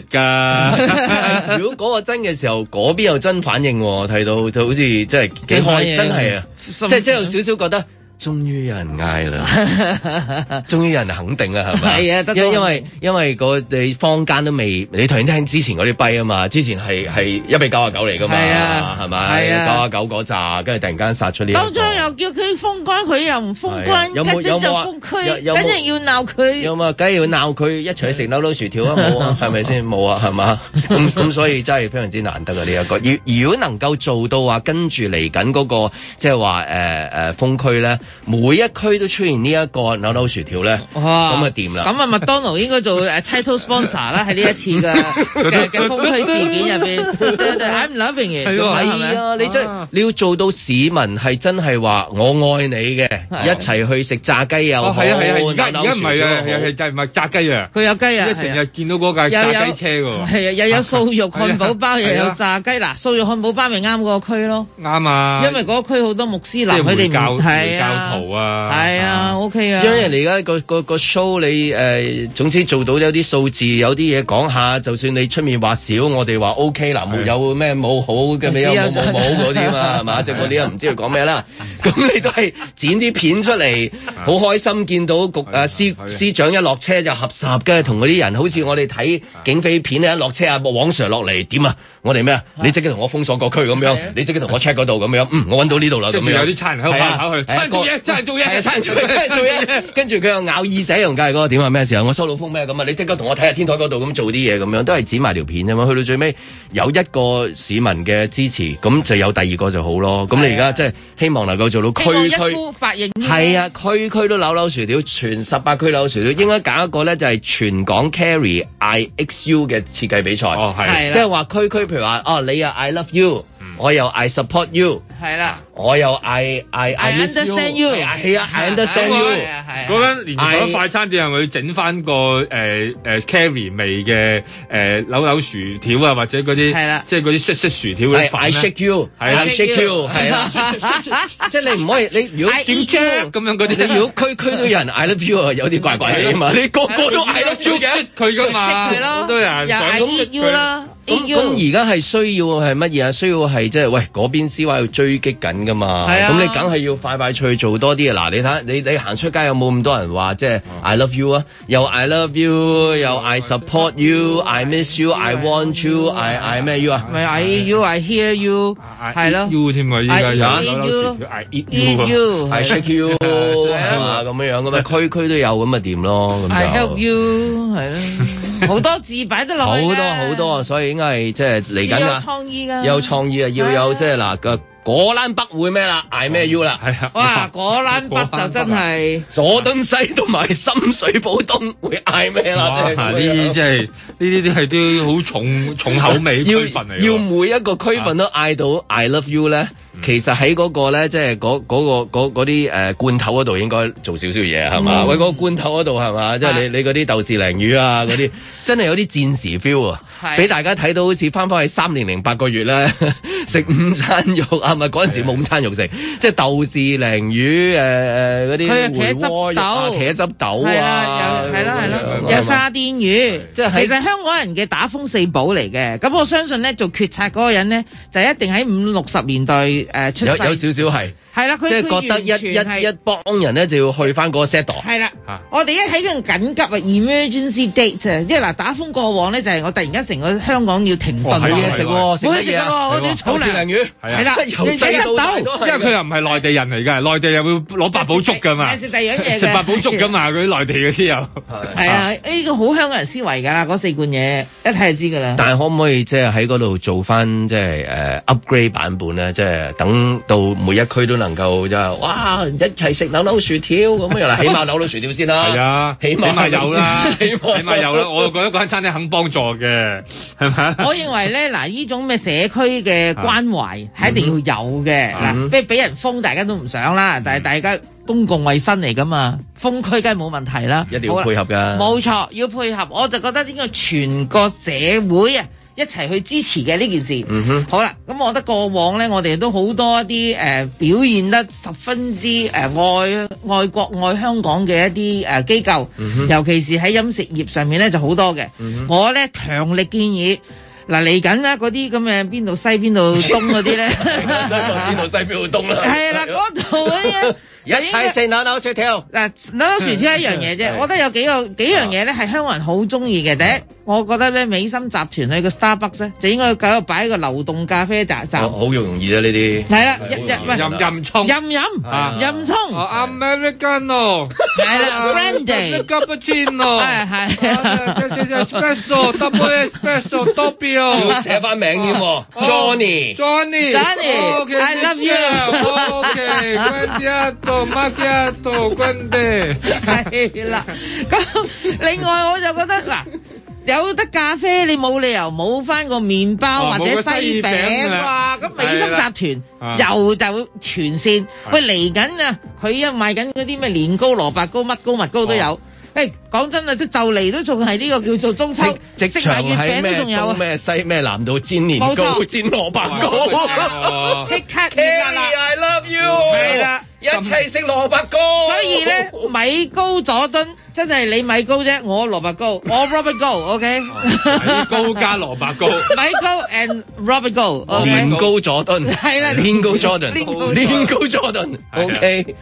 S2: *laughs*
S3: 㗎。
S2: 如果嗰個真嘅時候，嗰邊又真反應喎，睇到就好似即係幾
S4: 真反
S2: 開，
S4: 應
S2: 真係啊！即
S4: 心
S2: 係即係有少少覺得，終於有人
S4: *laughs*
S2: 嗌啦，終於有人肯定啦，係咪？
S4: 係啊得到
S2: 因因
S4: 肯
S2: 為因為個你坊間都未，你頭先聽之前嗰啲跛啊嘛，之前係係一比九啊九嚟噶嘛
S4: 係啊，
S2: 係咪？
S4: 係
S2: 九
S4: 啊
S2: 啊九嗰扎，跟住突然間殺出呢一個
S4: 當初又叫佢封關，佢又唔封關，
S2: 係啊有冇
S4: 跟住
S2: 有
S4: 就
S2: 冇啊
S4: 封區，
S2: 有有冇
S4: 梗係要鬧佢。
S2: 有嘛？梗係要鬧佢一齊去食扭扭薯條啊！
S4: *laughs*
S2: 冇啊，係咪先？冇啊，係嘛？咁咁，所以真係非常之難得啊！呢、一個，如如果能夠做到話，跟住嚟緊嗰個即係話誒誒封區咧，每一區都出現呢一個扭扭薯條咧，咁
S4: 哇
S2: 啊掂啦！
S4: 咁啊，麥當勞應該做誒 title sponsor 啦，喺呢一次嘅嘅嘅封區事件入邊。對對，I'm loving it，
S3: 哎係喎
S4: 係
S2: 係
S4: 咪？
S2: 啊，你真係你要做到市民係真係話我愛你嘅，一齊去食炸雞又
S3: 哦，
S2: 好，
S3: 係啊係啊，而家
S2: 扭扭
S3: 而家唔
S2: 薯條
S3: 係啊，
S2: 又好
S3: 係係就係唔係炸雞啊？
S4: 佢有雞啊，
S3: 即係
S4: 係
S3: 成
S4: 啊
S3: 日見到嗰架炸雞車㗎喎，
S4: 係啊，又有素肉漢堡包，
S3: 係啊
S4: 又有炸雞。嗱，素肉漢堡包咪啱嗰個區咯，
S3: 啱啊！
S4: 因為嗰個區好多穆斯林，
S3: 即係
S4: 佢哋
S3: 回教
S4: 唔係啊，
S3: 有圖啊，
S4: 係啊，OK 啊，
S2: 因為人哋而家個個個 show 你誒、呃，總之做到有啲數字，有啲嘢講下，就算你出面話少，我哋話 O K 嗱，沒有咩冇好嘅，
S4: 知
S2: 咩
S4: 啊
S2: 有冇冇冇嗰
S4: *laughs*
S2: 啲嘛，係嘛？即係嗰啲又唔知佢講咩啦。咁你都係剪啲片出嚟，
S4: 啊
S2: 好開心見到局啊司司長一落車就合十嘅，同嗰啲人好似我哋睇
S4: 啊
S2: 警匪片咧，一落車啊，黃 Sir 落嚟點啊？我哋咩啊？你即刻同我封鎖個區咁
S4: 啊
S2: 樣，你即刻同我 check 嗰度咁樣，嗯，我揾到呢度啦咁
S3: 跟住
S2: 樣。
S3: 有啲差人喺度
S2: 係啊
S3: 跑嚟跑去
S2: 係啊
S3: 差人做嘢
S2: 個
S3: 差人做
S2: 係啊
S3: 嘢
S2: 差人做嘢，差人做
S3: *laughs*
S2: 嘢。跟住佢又咬耳仔，同隔離嗰個點啊咩事啊？我收到風咩咁啊？你即刻同我睇下天台嗰度咁做啲嘢咁樣，都係剪埋條片啫啊嘛。去到最尾有一個市民嘅支持，咁就有第二個就好咯。咁
S3: 啊
S2: 你而家即係希望能夠做到
S4: 希
S2: 區
S4: 望一
S2: 區。
S4: 呼百應。
S2: 係啊，區區都扭扭薯條，全十八區扭薯條，應該揀一個咧就係全港 carry I X U 嘅設計比賽。哦，
S4: 係
S2: 即係話區區，譬如話哦，你又 I love you，我
S3: 嗯
S2: 又 I support you，
S4: 係啦，
S2: 我又 I I
S4: I
S2: miss
S4: understand you
S2: 係啊係啊，I understand you。
S3: 嗰間連鎖快餐店係咪要整翻個誒誒 carry 味嘅誒扭扭薯條啊，或者嗰
S2: 係啦
S3: 啲即係嗰啲色色薯條嗰啲
S2: 係
S3: 粉
S2: I
S3: 呢
S2: shake you，
S3: 係啦
S2: I shake you，係
S3: *laughs*
S2: 啦。 *laughs* 即係你唔可以，你如果
S4: I eat you
S3: 咁樣嗰啲
S2: 你如果區區都有人 I love you 啊，有啲怪怪地啊嘛，你個個都 I love you 嘅，
S3: 佢㗎嘛
S4: 識佢咯
S3: 好多人
S2: E
S3: 想
S4: 又 I eat you 啦
S2: 咁
S4: eat you
S2: 咁而家係需要係乜嘢啊？需要係即係喂嗰邊 C Y 要追擊緊噶嘛？
S4: 係啊
S2: 咁你梗係要快快脆做多啲啊！嗱，你睇下你你行出街有冇咁多人話即係 I love you 啊？又 I love you，又 I support you，I miss you，I want you，I 嗯 I 咩 you 啊？
S4: 咪 I you I hear you 係咯
S3: you 添啊依家
S2: E
S4: I
S3: 有
S4: eat
S3: 扭扭薯條
S4: you
S3: I eat
S4: eat you
S2: 係
S4: *laughs*
S2: shake you 係嘛咁樣樣咁啊，區區都有咁啊掂咯咁
S4: I
S2: 就
S4: help。you 係啦，好多字擺得落
S2: 好
S4: 去㗎
S2: 多好多啊，所以應該係即係嚟緊
S4: 要有
S2: 啊，
S4: 創意㗎，
S2: 有創意啊，要有即係嗱個果欄北會咩啦，嗌咩 U 啦，係啊，
S4: 哇！果欄北就真係
S2: *laughs* 佐敦西同埋深水埗東會嗌咩啦，
S3: 哇！
S2: 即係
S3: 呢啲即係呢啲啲係啲好重重口味區分嚟㗎
S2: *laughs*
S3: 喎，
S2: 要每一個區份都
S4: 啊
S2: 嗌到 I love you 咧，
S4: 嗯
S2: 其實喺嗰個咧，即係嗰嗰個嗰嗰啲誒罐頭嗰度應該做少少嘢係嘛？
S3: 嗯
S2: 喂，嗰個罐頭嗰度係嘛？即係
S4: 啊
S2: 你你嗰啲豆豉鯪魚啊
S4: *laughs*
S2: 嗰啲，真係有啲戰時 feel 啊！
S4: 係
S2: 俾大家睇到好似翻返去三年零八個月咧， *laughs* 食午餐肉啊，唔係嗰陣時冇午餐肉食，即係豆豉鯪魚誒誒嗰
S4: 嗯
S2: 啲
S4: 佢係茄汁
S2: 回鍋肉啊
S4: 豆
S2: 茄汁豆
S4: 係
S2: 啊
S4: 啦，有，係啦，係
S2: 咁樣
S4: 啦，
S2: 係嘛
S4: 有沙甸魚，
S2: 即
S4: 即
S2: 係喺
S4: 係其實香港人嘅打風四寶嚟嘅。咁我相信咧，做決策嗰個人咧，就一定喺五六十年代誒出
S2: 有
S4: 世，
S2: 有少少係。
S4: 係啦，佢
S2: 即係覺得
S4: 佢
S2: 一
S4: 完全係
S2: 一一幫人咧就要去翻嗰個 set 度。
S4: 係啦
S2: 嚇，
S4: 我哋一睇佢緊急啊，emergency date 啊，即係嗱打風過往咧，就係我突然間成個香港要停頓落
S3: 哦係
S4: 嚟，
S3: 喎係喎
S4: 冇
S3: 食乜嘢啊
S4: 嘢食㗎喎，我哋要
S2: 豆
S4: 儲
S2: 豉鯪
S4: 糧
S2: 魚
S3: 係啊
S4: 係啦，
S2: 即係由
S4: 你
S2: 細
S4: 睇
S2: 到大
S4: 得
S2: 都
S4: 到
S2: 係
S3: 因為佢又唔係內地人嚟㗎，內地又會攞八寶粥㗎嘛，
S4: 食第二樣嘢㗎
S3: 食八寶粥㗎嘛，佢啲內地嗰啲又
S4: 係啊，呢個好香港人思維㗎啦，嗰四罐嘢一睇就知㗎啦。
S2: 但係可唔可以即係喺嗰度做翻即係誒 upgrade 版本咧？即係等到每一區都能夠即係哇啊一齊食扭扭薯條咁樣啦，起碼扭扭薯條先啦。
S3: 係啊，
S2: 起
S3: 起
S2: 碼
S3: 碼有啦，
S2: 起
S3: 起
S2: 碼
S3: 碼有啦。我覺得嗰間餐廳肯幫助嘅，係咪？
S4: *laughs* 我認為咧，嗱，呢種咩社區嘅關懷
S2: 啊
S4: 係一定要有嘅。
S2: 嗯
S4: 嗱，即係俾人封，大家都唔想啦。但係大家公共衛生嚟噶嘛，封區梗係冇問題啦。
S2: 一定要配合㗎
S4: 冇錯，要配合。我就覺得應該全個社會啊。一齊去支持嘅呢件事，
S2: 嗯哼
S4: 好啦，咁我覺得過往呢，我哋都好多一啲誒、呃表現得十分之誒、呃、愛愛國愛香港嘅一啲誒、呃、機構，
S2: 嗯
S4: 尤其是喺飲食業上面呢，就好多嘅。我呢，強力建議。嗱嚟緊啦，嗰啲咁嘅邊度西邊度東嗰
S2: *laughs*
S4: 啲咧，
S2: 邊度西邊度東啦。
S4: 係啦，嗰度嗰啲呢
S2: *laughs* 一齊食扭扭薯條。
S4: 嗱，扭扭薯條一樣嘢啫，我覺得有幾個幾樣嘢咧係香港人好中意嘅。第一，我覺得咧美心集團去個 Starbucks 咧，就應該搞個擺個流動咖啡站站
S2: 好，好容易啫啊呢啲。
S4: 係啦，一
S2: 好容易
S4: 一
S2: 任
S4: 任
S3: 任沖
S4: 任飲
S3: 啊
S4: 任沖，
S3: 哦，Americano
S4: 係
S3: *laughs*
S4: 啦，Brandy，
S3: cappuccino，
S4: 係
S3: *laughs*
S4: 係
S3: 啊，espresso，double espresso，doppio，
S2: 要寫翻名添
S4: 哦
S2: 喎，Johnny。
S4: Johnny，
S3: Johnny，Johnny，
S4: I love you
S3: OK，Grandiato Macchiato Grande，
S4: 係啦。咁 *laughs* 另外我就覺得嗱。有得咖啡，你冇理由冇翻個麵包
S3: 哦
S4: 或者
S3: 冇個
S4: 西
S3: 西餅
S4: 餅
S3: 啊
S4: 啩？咁美
S3: 係啦
S4: 心集
S3: 啊
S4: 團又就全線，喂嚟緊啊！佢一賣緊嗰啲咩年糕、蘿蔔糕、乜糕、蜜糕都有。喂，講真啊，都就嚟都仲係呢個叫做中秋，
S2: 即
S4: 食埋
S2: 場
S4: 月
S2: 喺
S4: 餅都
S2: 咩
S4: 仲有
S2: 東
S4: 啊！
S2: 咩西咩南度煎年
S4: 冇
S2: 糕
S4: 錯
S2: 煎蘿蔔
S4: 冇錯
S2: 糕。
S4: *laughs* 即刻熱辣辣
S2: I love you。
S4: 係啦，
S2: 一齊食蘿蔔糕。
S4: 所以咧，
S2: *laughs*
S4: 米高佐敦真係你米高啫，我蘿蔔糕，我 Robert 高，OK？米
S3: 高加蘿蔔糕，
S4: *laughs*
S3: 哦
S4: 米高 and Robert 高，
S2: 年高佐敦
S4: 哦係啦
S2: 年高 Jordan，
S4: 年高
S2: 年高
S4: 啊
S3: 啊
S2: Jordan，OK。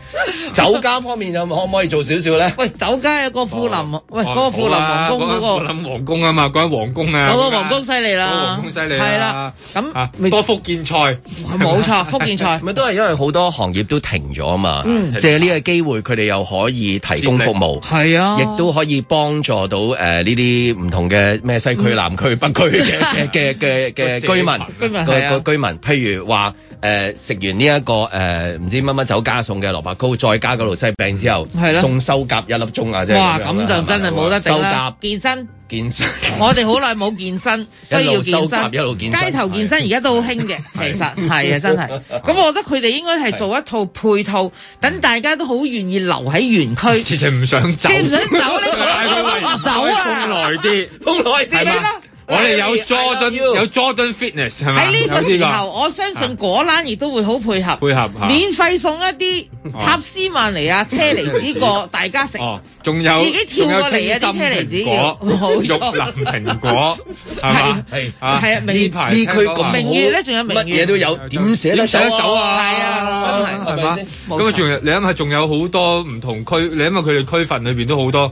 S2: 酒家方面有冇可唔可以做少少咧？
S4: 喂，酒家有個富林，喂，嗰個富林皇宮嗰
S3: 我
S4: 個，
S3: 諗皇宮啊嘛，講緊皇宮啊，
S4: 嗰個皇宮犀利啦，
S3: 皇宮犀利
S4: 係啦，
S3: 啦，咁啊多福建菜，
S4: *laughs* 冇錯，福建菜。
S2: *laughs*
S4: 嗯
S2: 咪都係因為好多行業都停咗啊嘛，借呢個機會佢哋又可以提供服
S4: *laughs*
S2: 務，
S4: 係啊
S2: 亦都可以幫助到誒呢啲唔同嘅咩西區、南區、北 *laughs* 區嘅嘅嘅嘅
S4: *laughs*
S2: 嘅
S4: 個社
S2: 居民
S4: 居民
S2: 個
S4: 係啊
S2: 個居民，譬如話誒食完呢一個誒唔知乜乜酒家送嘅蘿蔔糕，再加個蘆西餅之後
S4: 係，啦
S2: 送修甲一粒鐘啊，即係
S4: 哇，
S2: 樣啦
S4: 咁就真係冇得頂
S2: 收
S4: 啦
S2: 甲！
S4: 健身，
S2: 健身。 *laughs*
S4: 我哋好耐冇健身，需
S2: 一
S4: 要
S2: 路
S4: 健
S2: 收甲
S4: 身，
S2: 一路健身
S4: 街頭健身而家都好興嘅，其實係啊，真係。咁我覺得佢哋應該係做一套配套，等大家都好願意留喺園區。
S3: 直情唔想走，哎
S4: 即係唔想走
S3: *laughs*
S4: 咧唔走啊
S3: 封耐啲，
S2: 封耐
S4: 啲咪咯
S3: 我哋有
S2: I love
S3: Jordan
S2: you
S3: 有 Jordan Fitness 係咪？
S4: 喺呢個
S3: 有
S4: 時候，我相信果欄亦都會好配合，
S3: 配合嚇
S4: 免費送一啲塔斯曼尼亞車厘子過大家食。
S3: 哦，仲有
S4: 自己跳過嚟啊
S3: 仲
S4: 啲
S3: 有
S4: 車厘子
S3: 清心蘋果
S4: 冇錯
S3: 玉林蘋果係嘛？
S2: 係
S4: 係啊明
S3: 排
S2: 呢區
S3: 聽講
S2: 咁
S3: 話
S4: 明月咧仲有明
S2: 乜
S4: 月
S2: 嘢都有，點捨得
S3: 點捨得走啊
S4: 係啊，真係
S2: 係咪先？
S4: 冇
S3: 咁啊，
S4: 錯
S3: 仲有你諗下，仲有好多唔同區，你諗下佢哋區份裏邊都好多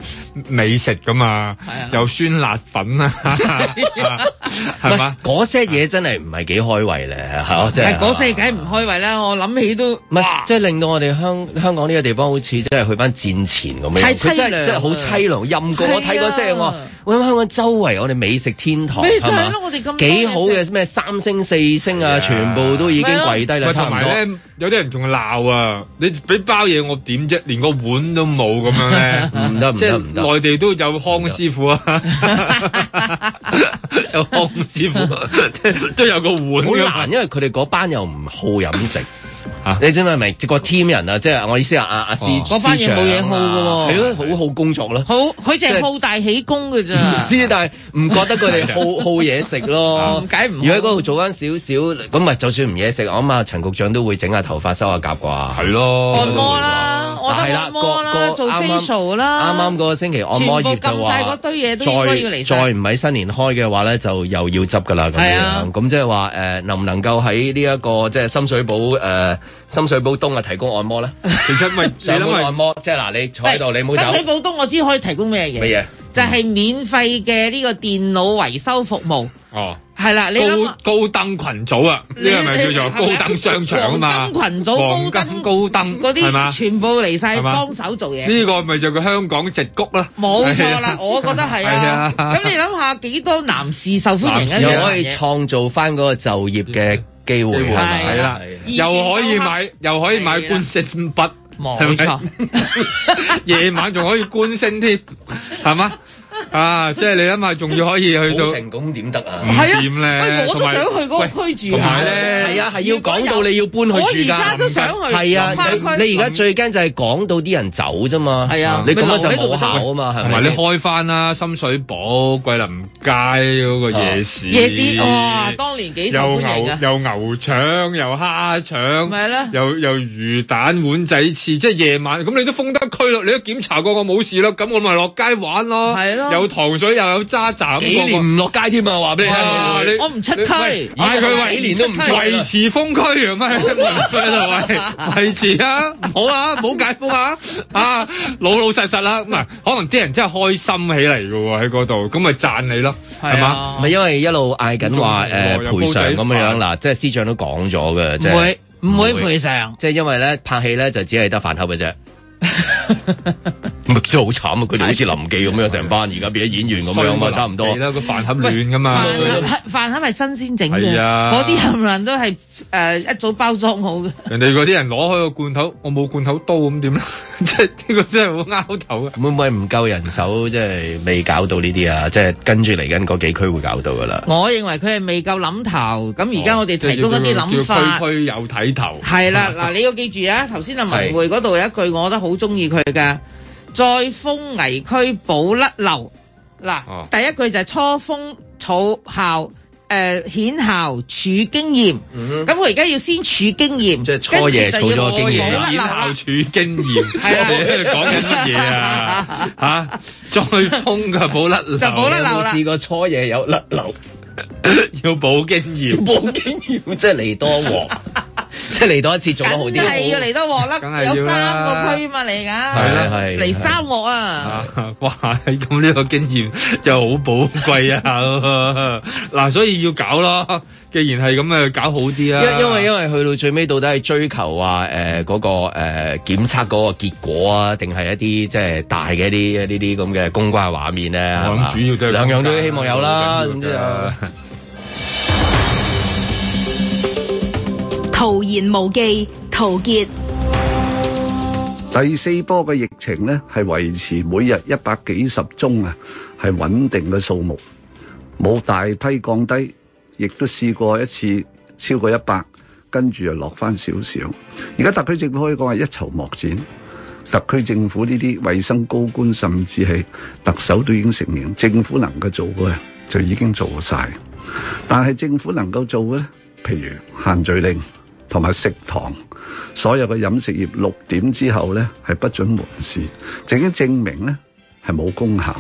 S3: 美食噶嘛，
S4: 啊
S3: 有酸辣粉啊，
S4: *laughs*
S3: 係嘛？
S2: 嗰些嘢真係唔係幾開胃咧，嚇！即
S4: 但係
S2: 係啊
S4: 嗰世界唔開胃啦，我諗起都
S2: 唔係，即係令到我哋香香港呢個地方好似真係去翻戰前咁樣，
S4: 太
S2: 佢真
S4: 淒涼
S2: 係真係好淒涼陰公。
S4: 係啊
S2: 我睇嗰些我話，喂香港周圍我哋美食天堂
S4: 咪就
S2: 係
S4: 係
S2: 嘛
S4: 咯我哋咁多嘢食
S2: 幾好嘅咩三星四星啊，全部都已經跪低啦，
S3: 喂
S2: 差唔
S3: 同埋
S2: 多。
S3: 咧，有啲人仲鬧啊！你俾包嘢我點啫？連個碗都冇咁樣咧，
S2: *laughs* 唔得唔
S3: 即
S2: 得
S3: 係
S2: 唔得
S3: 內地都有康師傅啊，有康師傅 *laughs* 都有個碗
S2: 好
S3: 㗎嘛
S2: 難，因為佢哋嗰班又唔好飲食。
S3: 啊
S2: 你知唔知係咪？即個 team 人啊，即係我意思係阿
S3: 哦
S2: 阿司
S4: 嗰班嘢冇嘢好㗎喎
S2: 係咯，好好工作啦。
S4: 好，佢淨
S2: 即
S4: 係
S2: 係
S4: 好大喜功嘅咋。
S2: *laughs* 唔知，但係唔覺得佢
S4: *laughs*
S2: 哋好好嘢食咯
S4: 唔。解唔好
S2: 如果喺嗰度做翻少少，咁咪就算唔嘢食，我諗啊陳局長都會整下頭髮、修下甲啩。
S3: 係咯
S4: 按摩啦，我覺
S2: 係
S4: 得
S2: 啦
S4: 按摩
S2: 個
S4: 啦，
S2: 個
S4: 做
S2: 啱啱
S4: facial 啦，
S2: 啱啱嗰個星期按摩業
S4: 全部
S2: 就
S4: 撳晒嗰
S2: 話，
S4: 堆嘢都應該要
S2: 再
S4: 嚟
S2: 再
S4: 晒
S2: 唔喺新年開嘅話咧，就又要執噶啦咁
S4: 係啊
S2: 樣。咁即係話誒，能唔能夠喺呢一個即係深水埗誒深水埗東啊提供按
S4: *laughs*
S2: 摩咧？
S3: 其實咪
S2: 上
S3: 你諗
S2: 門
S3: 下
S2: 按摩，即係嗱，你坐喺度，你唔好
S4: 深
S2: 走
S4: 水。埗東我知可以提供咩嘢？
S2: 乜嘢？
S4: 就係免費嘅呢個電腦維修服務，
S3: 哦。
S4: 係啦，你諗下
S3: 高高登群組啊，呢個係咪叫做高登商場啊嘛？
S4: 黃金群組、高登
S3: 高登
S4: 嗰
S3: 係嘛
S4: 啲全部嚟晒
S3: 係嘛
S4: 幫手做嘢。
S3: 呢個咪就叫香港直谷啦，
S4: 冇錯啦，我覺得係啊。
S2: 係啊
S4: 咁你諗下幾多男士受哦歡迎啊一
S2: 又
S4: 樣
S2: 可以
S4: 嘢？
S2: 創造翻嗰個就業
S3: 嗯
S2: 嘅機會係咪
S4: 係啦
S3: 又可以買又可以買官星筆，
S4: 冇錯。
S3: *laughs* 夜晚仲可以官星添，係嘛？啊，即係你諗下，仲要可以去到
S2: 好成功點得啊？
S4: 係啊
S3: 點咧？
S4: 喂我都想去嗰個區住
S3: 同
S4: 下
S3: 埋咧，
S2: 係啊，係要講到你要搬去住㗎。
S4: 我而家都想去
S2: 係
S4: 南
S2: 啊，
S4: 區
S2: 你你而家最驚就係講到啲人走啫嘛。
S4: 係啊
S2: 你咁樣就
S4: 咪留喺度咪
S2: 冇
S4: 得咯
S2: 效啊嘛，係
S3: 同
S2: 咪
S3: 埋你
S2: 先？
S3: 開翻啦，深水埗、桂林街嗰個夜市，
S2: 哦
S4: 夜市哇，當年幾受歡
S3: 又
S4: 迎
S3: 牛
S4: 啊！
S3: 又牛腸又蝦腸，
S4: 咪係咯
S3: 又又魚蛋碗仔翅，即係夜晚咁你都封得區咯，你都檢查過我冇事啦，咁我咪落街玩咯，
S4: 係咯
S3: 有糖水又有渣渣，咁
S2: 幾
S3: 我
S2: 年唔落街添啊！話俾你
S3: 哇
S2: 聽，
S3: 你
S4: 我唔出區
S2: 哎
S3: 喂
S4: 我
S3: 嗌哎佢
S2: 幾年都唔出區啦
S3: 維持封區咁咪喺
S2: *laughs*
S3: 度喂，維持啊，唔好啊，唔好解封啊，啊老老實實啦，咁啊，可能啲人真係開心起嚟嘅喎喺嗰度，咁咪讚你咯，
S2: 啊
S3: 係嘛？
S2: 咪因為一路嗌緊話誒
S3: 仲有
S2: 賠償咁樣樣嗱，即係司長都講咗嘅，即係
S4: 唔會
S2: 唔會
S4: 賠償。
S2: 即係因為咧拍戲咧就只係得飯盒嘅啫。咪真係好慘啊！佢哋好似臨記咁樣，成班而家變咗演員咁樣啊嘛，差唔多
S3: 衰。啦，個飯盒亂噶嘛。
S2: 啊
S4: 飯盒飯盒係新鮮整嘅，
S3: 係啊
S4: 嗰啲冚唪唥都係呃誒一早包裝好嘅。
S3: 人哋嗰啲人攞開個罐頭，我冇罐頭刀咁點咧？ *laughs* 即係呢個真係好拗頭啊！
S2: 會唔會唔夠人手，即係未搞到呢啲啊？即係跟住嚟緊嗰幾區會搞到噶啦。
S4: 我認為佢係未夠諗頭，咁而家我哋提供一啲諗
S3: 叫
S4: 法
S3: 區。區有睇頭。
S4: 係啦，嗱，你要記住啊，頭先阿文匯嗰度有一句，我覺得好中意佢㗎，再封危區保甩漏。嗱
S3: 哦，
S4: 第一句就係初封草校，誒顯效儲經驗。咁我而家要先儲經驗，即係
S2: 初夜儲咗經驗啦
S4: 冇啦
S3: 校處經驗，即係你喺度講緊乜嘢
S4: *laughs*
S3: 啊？嚇，再風嘅冇甩流，
S4: 就冇甩漏啦
S2: 試過初夜有甩
S4: *laughs*
S2: 流，
S3: 要補經驗，
S2: 補經驗即係嚟多鑊，
S4: *laughs*
S2: 即係嚟多一次做得好
S4: 梗
S2: 啲。
S4: 係要嚟多鑊
S3: 梗
S4: 啦，
S3: 係
S4: 有
S3: 要
S4: 三
S3: 啦
S4: 個區嘛嚟
S3: 係啊
S4: 㗎，
S3: 啦係
S4: 嚟三鑊啊！
S3: 啊！哇！咁呢個經驗又好寶貴啊！嗱，所以要搞咯。既然係咁啊，搞好啲啊。
S2: 因因為因為去到最尾到底係追求話誒嗰個誒檢測嗰個結果啊，定係一啲即係大嘅一啲呢啲咁嘅公關畫面咧？
S3: 我諗主要都係
S2: 兩樣都希望有啦。咁之後
S12: *laughs* 徒言無忌，陶傑。
S13: 第四波嘅疫情呢，係維持每日一百幾十宗啊，係穩定嘅數目，冇大批降低，亦都試過一次超過一百，跟住又落翻少少。而家特區政府可以講係一籌莫展，特區政府呢啲衞生高官甚至係特首都已經承認，政府能夠做嘅就已經做晒。但係政府能夠做嘅咧，譬如限聚令同埋食堂，所有嘅飲食業六點之後咧係不准門市，正經證明咧係冇功效。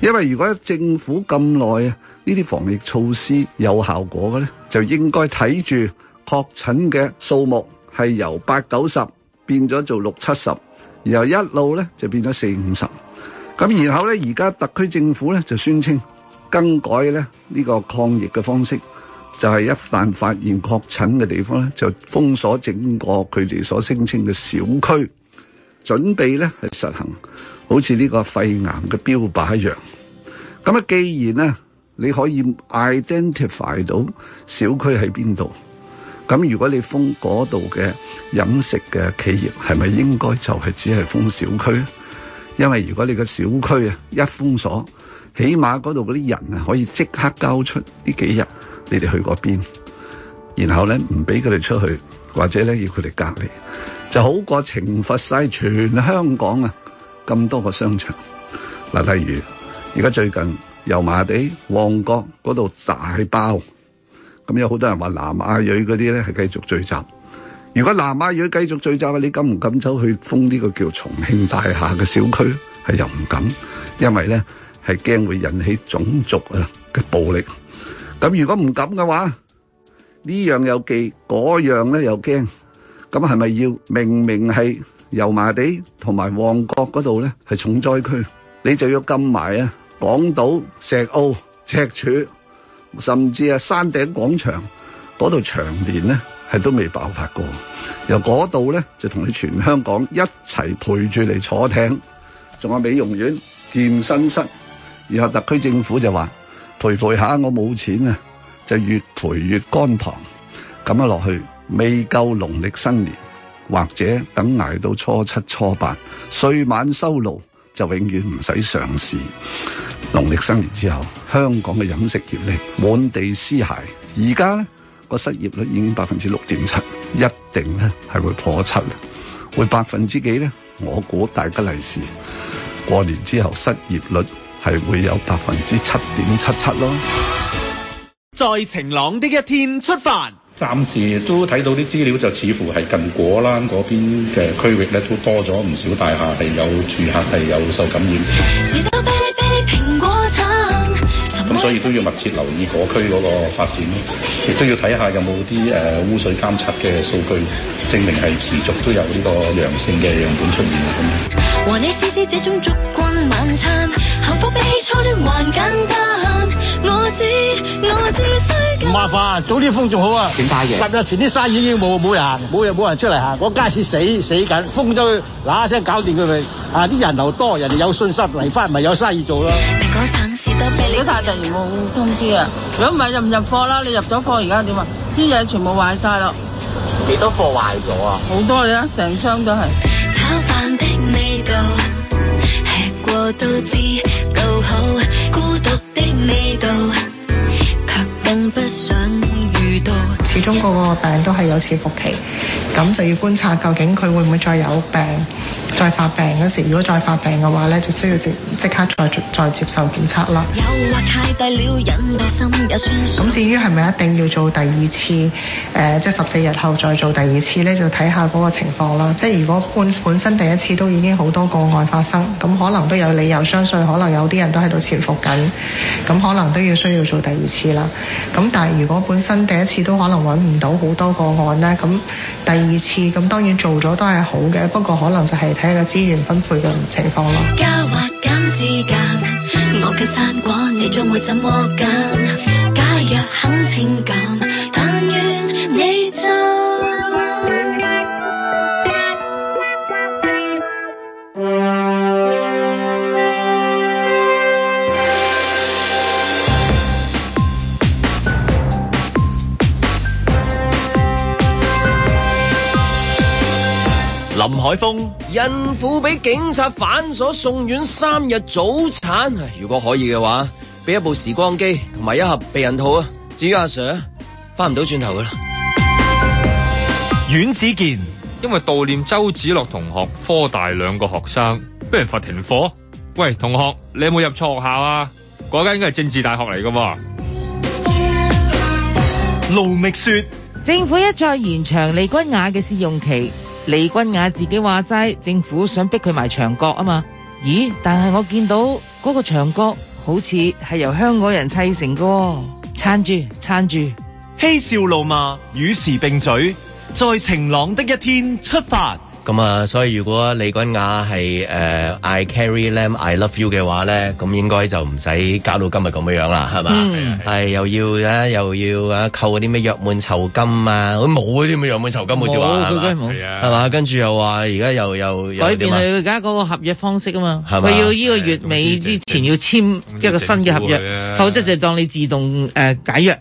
S13: 因為如果政府咁耐啊，呢啲防疫措施有效果嘅咧，就應該睇住確診嘅數目係由八九十變咗做六七十，然後一路咧就變咗四五十。咁然後咧，而家特區政府咧就宣稱更改咧呢個抗疫嘅方式，就係一旦發現確診嘅地方咧，就封鎖整個佢哋所聲稱嘅小區，準備咧係實行好似呢個肺癌嘅標靶一樣。咁啊，既然咧你可以 identify 到小區喺邊度，咁如果你封嗰度嘅飲食嘅企業，係咪應該就係只係封小區咧？因為如果你個小區啊一封鎖，起碼嗰度嗰啲人啊可以即刻交出呢幾日你哋去過邊，然後咧唔俾佢哋出去，或者咧要佢哋隔離，就好過懲罰晒全香港啊咁多個商場。嗱，例如而家最近油麻地、旺角嗰度大爆，咁有好多人話南亞裔嗰啲咧係繼續聚集。如果南亞裔繼續聚集啊，你敢唔敢走去封呢個叫重慶大廈嘅小區？係又唔敢，因為咧係驚會引起種族啊嘅暴力。咁如果唔敢嘅話，呢樣又忌，嗰樣咧又驚。咁係咪要明明係油麻地同埋旺角嗰度咧係重災區，你就要禁埋啊港島、石澳、赤柱，甚至啊山頂廣場嗰度長年咧係都未爆發過。由嗰度咧就同你全香港一齊陪住嚟坐艇，仲有美容院、健身室，然後特區政府就話陪陪下我冇錢啊，就越陪越乾塘。咁啊落去，未夠農曆新年，或者等捱到初七初八，歲晚收爐就永遠唔使上市。農曆新年之後，香港嘅飲食業咧滿地屍骸，而家咧個失業率已經百分之六點七，一定咧係會破七，會百分之幾咧？我估大吉利是，過年之後失業率係會有百分之七點七七咯。
S5: 在晴朗的一天出發。
S14: 暫時都睇到啲資料就似乎係近果欄嗰邊嘅區域咧，都多咗唔少大廈係有住客係有受感染，
S15: 蘋果橙，
S14: 咁所以都要密切留意嗰區嗰個發展，亦都要睇下有冇啲誒污水監測嘅數據證明係持續都有呢個陽性嘅樣本出現咁。
S15: 和你試試這種燭光晚餐，幸福比起初戀還簡單。我知我知需
S16: 唔麻煩，早啲封仲好啊！
S15: 點解嘅
S16: 十日前啲生意已經冇冇人行，冇人冇人出嚟行，我街市死死緊，封咗佢，嗱一聲搞掂佢咪啊！啲人流多，人哋有信心嚟翻，咪有生意做咯。
S15: 蘋果橙是得俾你。
S17: 太突然冇通知啊！如果唔係就唔入貨啦，你入咗貨而家點啊？啲嘢全部壞晒咯，
S18: 幾多貨壞咗啊？
S17: 好多你啦，成箱都係。
S15: 炒飯的味道，吃過都知道好，孤獨的味道，卻更不想遇到。
S19: 始終嗰個病都係有潛伏期，咁就要觀察究竟佢會唔會再有病，再發病嗰時，如果再發病嘅話咧，就需要即即刻再再接受檢測啦。
S15: 誘惑太大了，引到心也酸
S19: 咁至於係咪一定要做第二次？誒、即係十四日後再做第二次呢，就睇下嗰個情況啦。即係如果本本身第一次都已經好多個案發生，咁可能都有理由相信，可能有啲人都喺度潛伏緊，咁可能都要需要做第二次啦。咁但係如果本身第一次都可能揾唔到好多個案呢，咁第二次咁當然做咗都係好嘅，不過可能就係睇下個資源分配嘅情況咯。
S15: 加或減之間，我嘅生果你將會怎麼揀？假若肯請減，但願你真。
S2: 林海峰，孕妇俾警察反锁送院三日早产，唉如果可以嘅话，俾一部时光机同埋一盒避孕套啊！至於阿 Sir，翻唔到轉頭噶啦。
S3: 阮子健，因為悼念周子樂同學，科大兩個學生俾人罰停課。喂，同學，你有冇入錯學校啊？嗰間應該係政治大學嚟噶喎。
S1: 盧觅雪，
S4: 政府一再延長利君雅嘅試用期，利君雅自己話齋，政府想逼佢埋牆角啊嘛。咦？但係我見到嗰個牆角好似係由香港人砌成嘅喎，撐住撐住。
S1: 嬉笑怒罵，與時並舉，在晴朗的一天出發。
S2: 咁啊，所以如果李君雅係誒、呃 I carry lamb I love you 嘅話咧，咁應該就唔使搞到今日咁樣樣啦，係嘛？
S4: 嗯
S2: 係又要啊，又要啊，扣嗰啲咩約滿酬金啊，咁冇嗰啲咩約滿酬金好似話
S4: 冇佢
S2: 係
S4: 梗係
S2: 嘛
S4: 冇
S2: 係啊係嘛？跟住又話而家又又又
S4: 改變
S2: 點啊？
S4: 佢而家嗰個合約方式啊嘛，
S2: 係嘛
S4: 佢要呢個月尾之前要簽一個新嘅合
S3: 政府
S4: 約
S3: 啊，
S4: 否則就當你自動誒解約。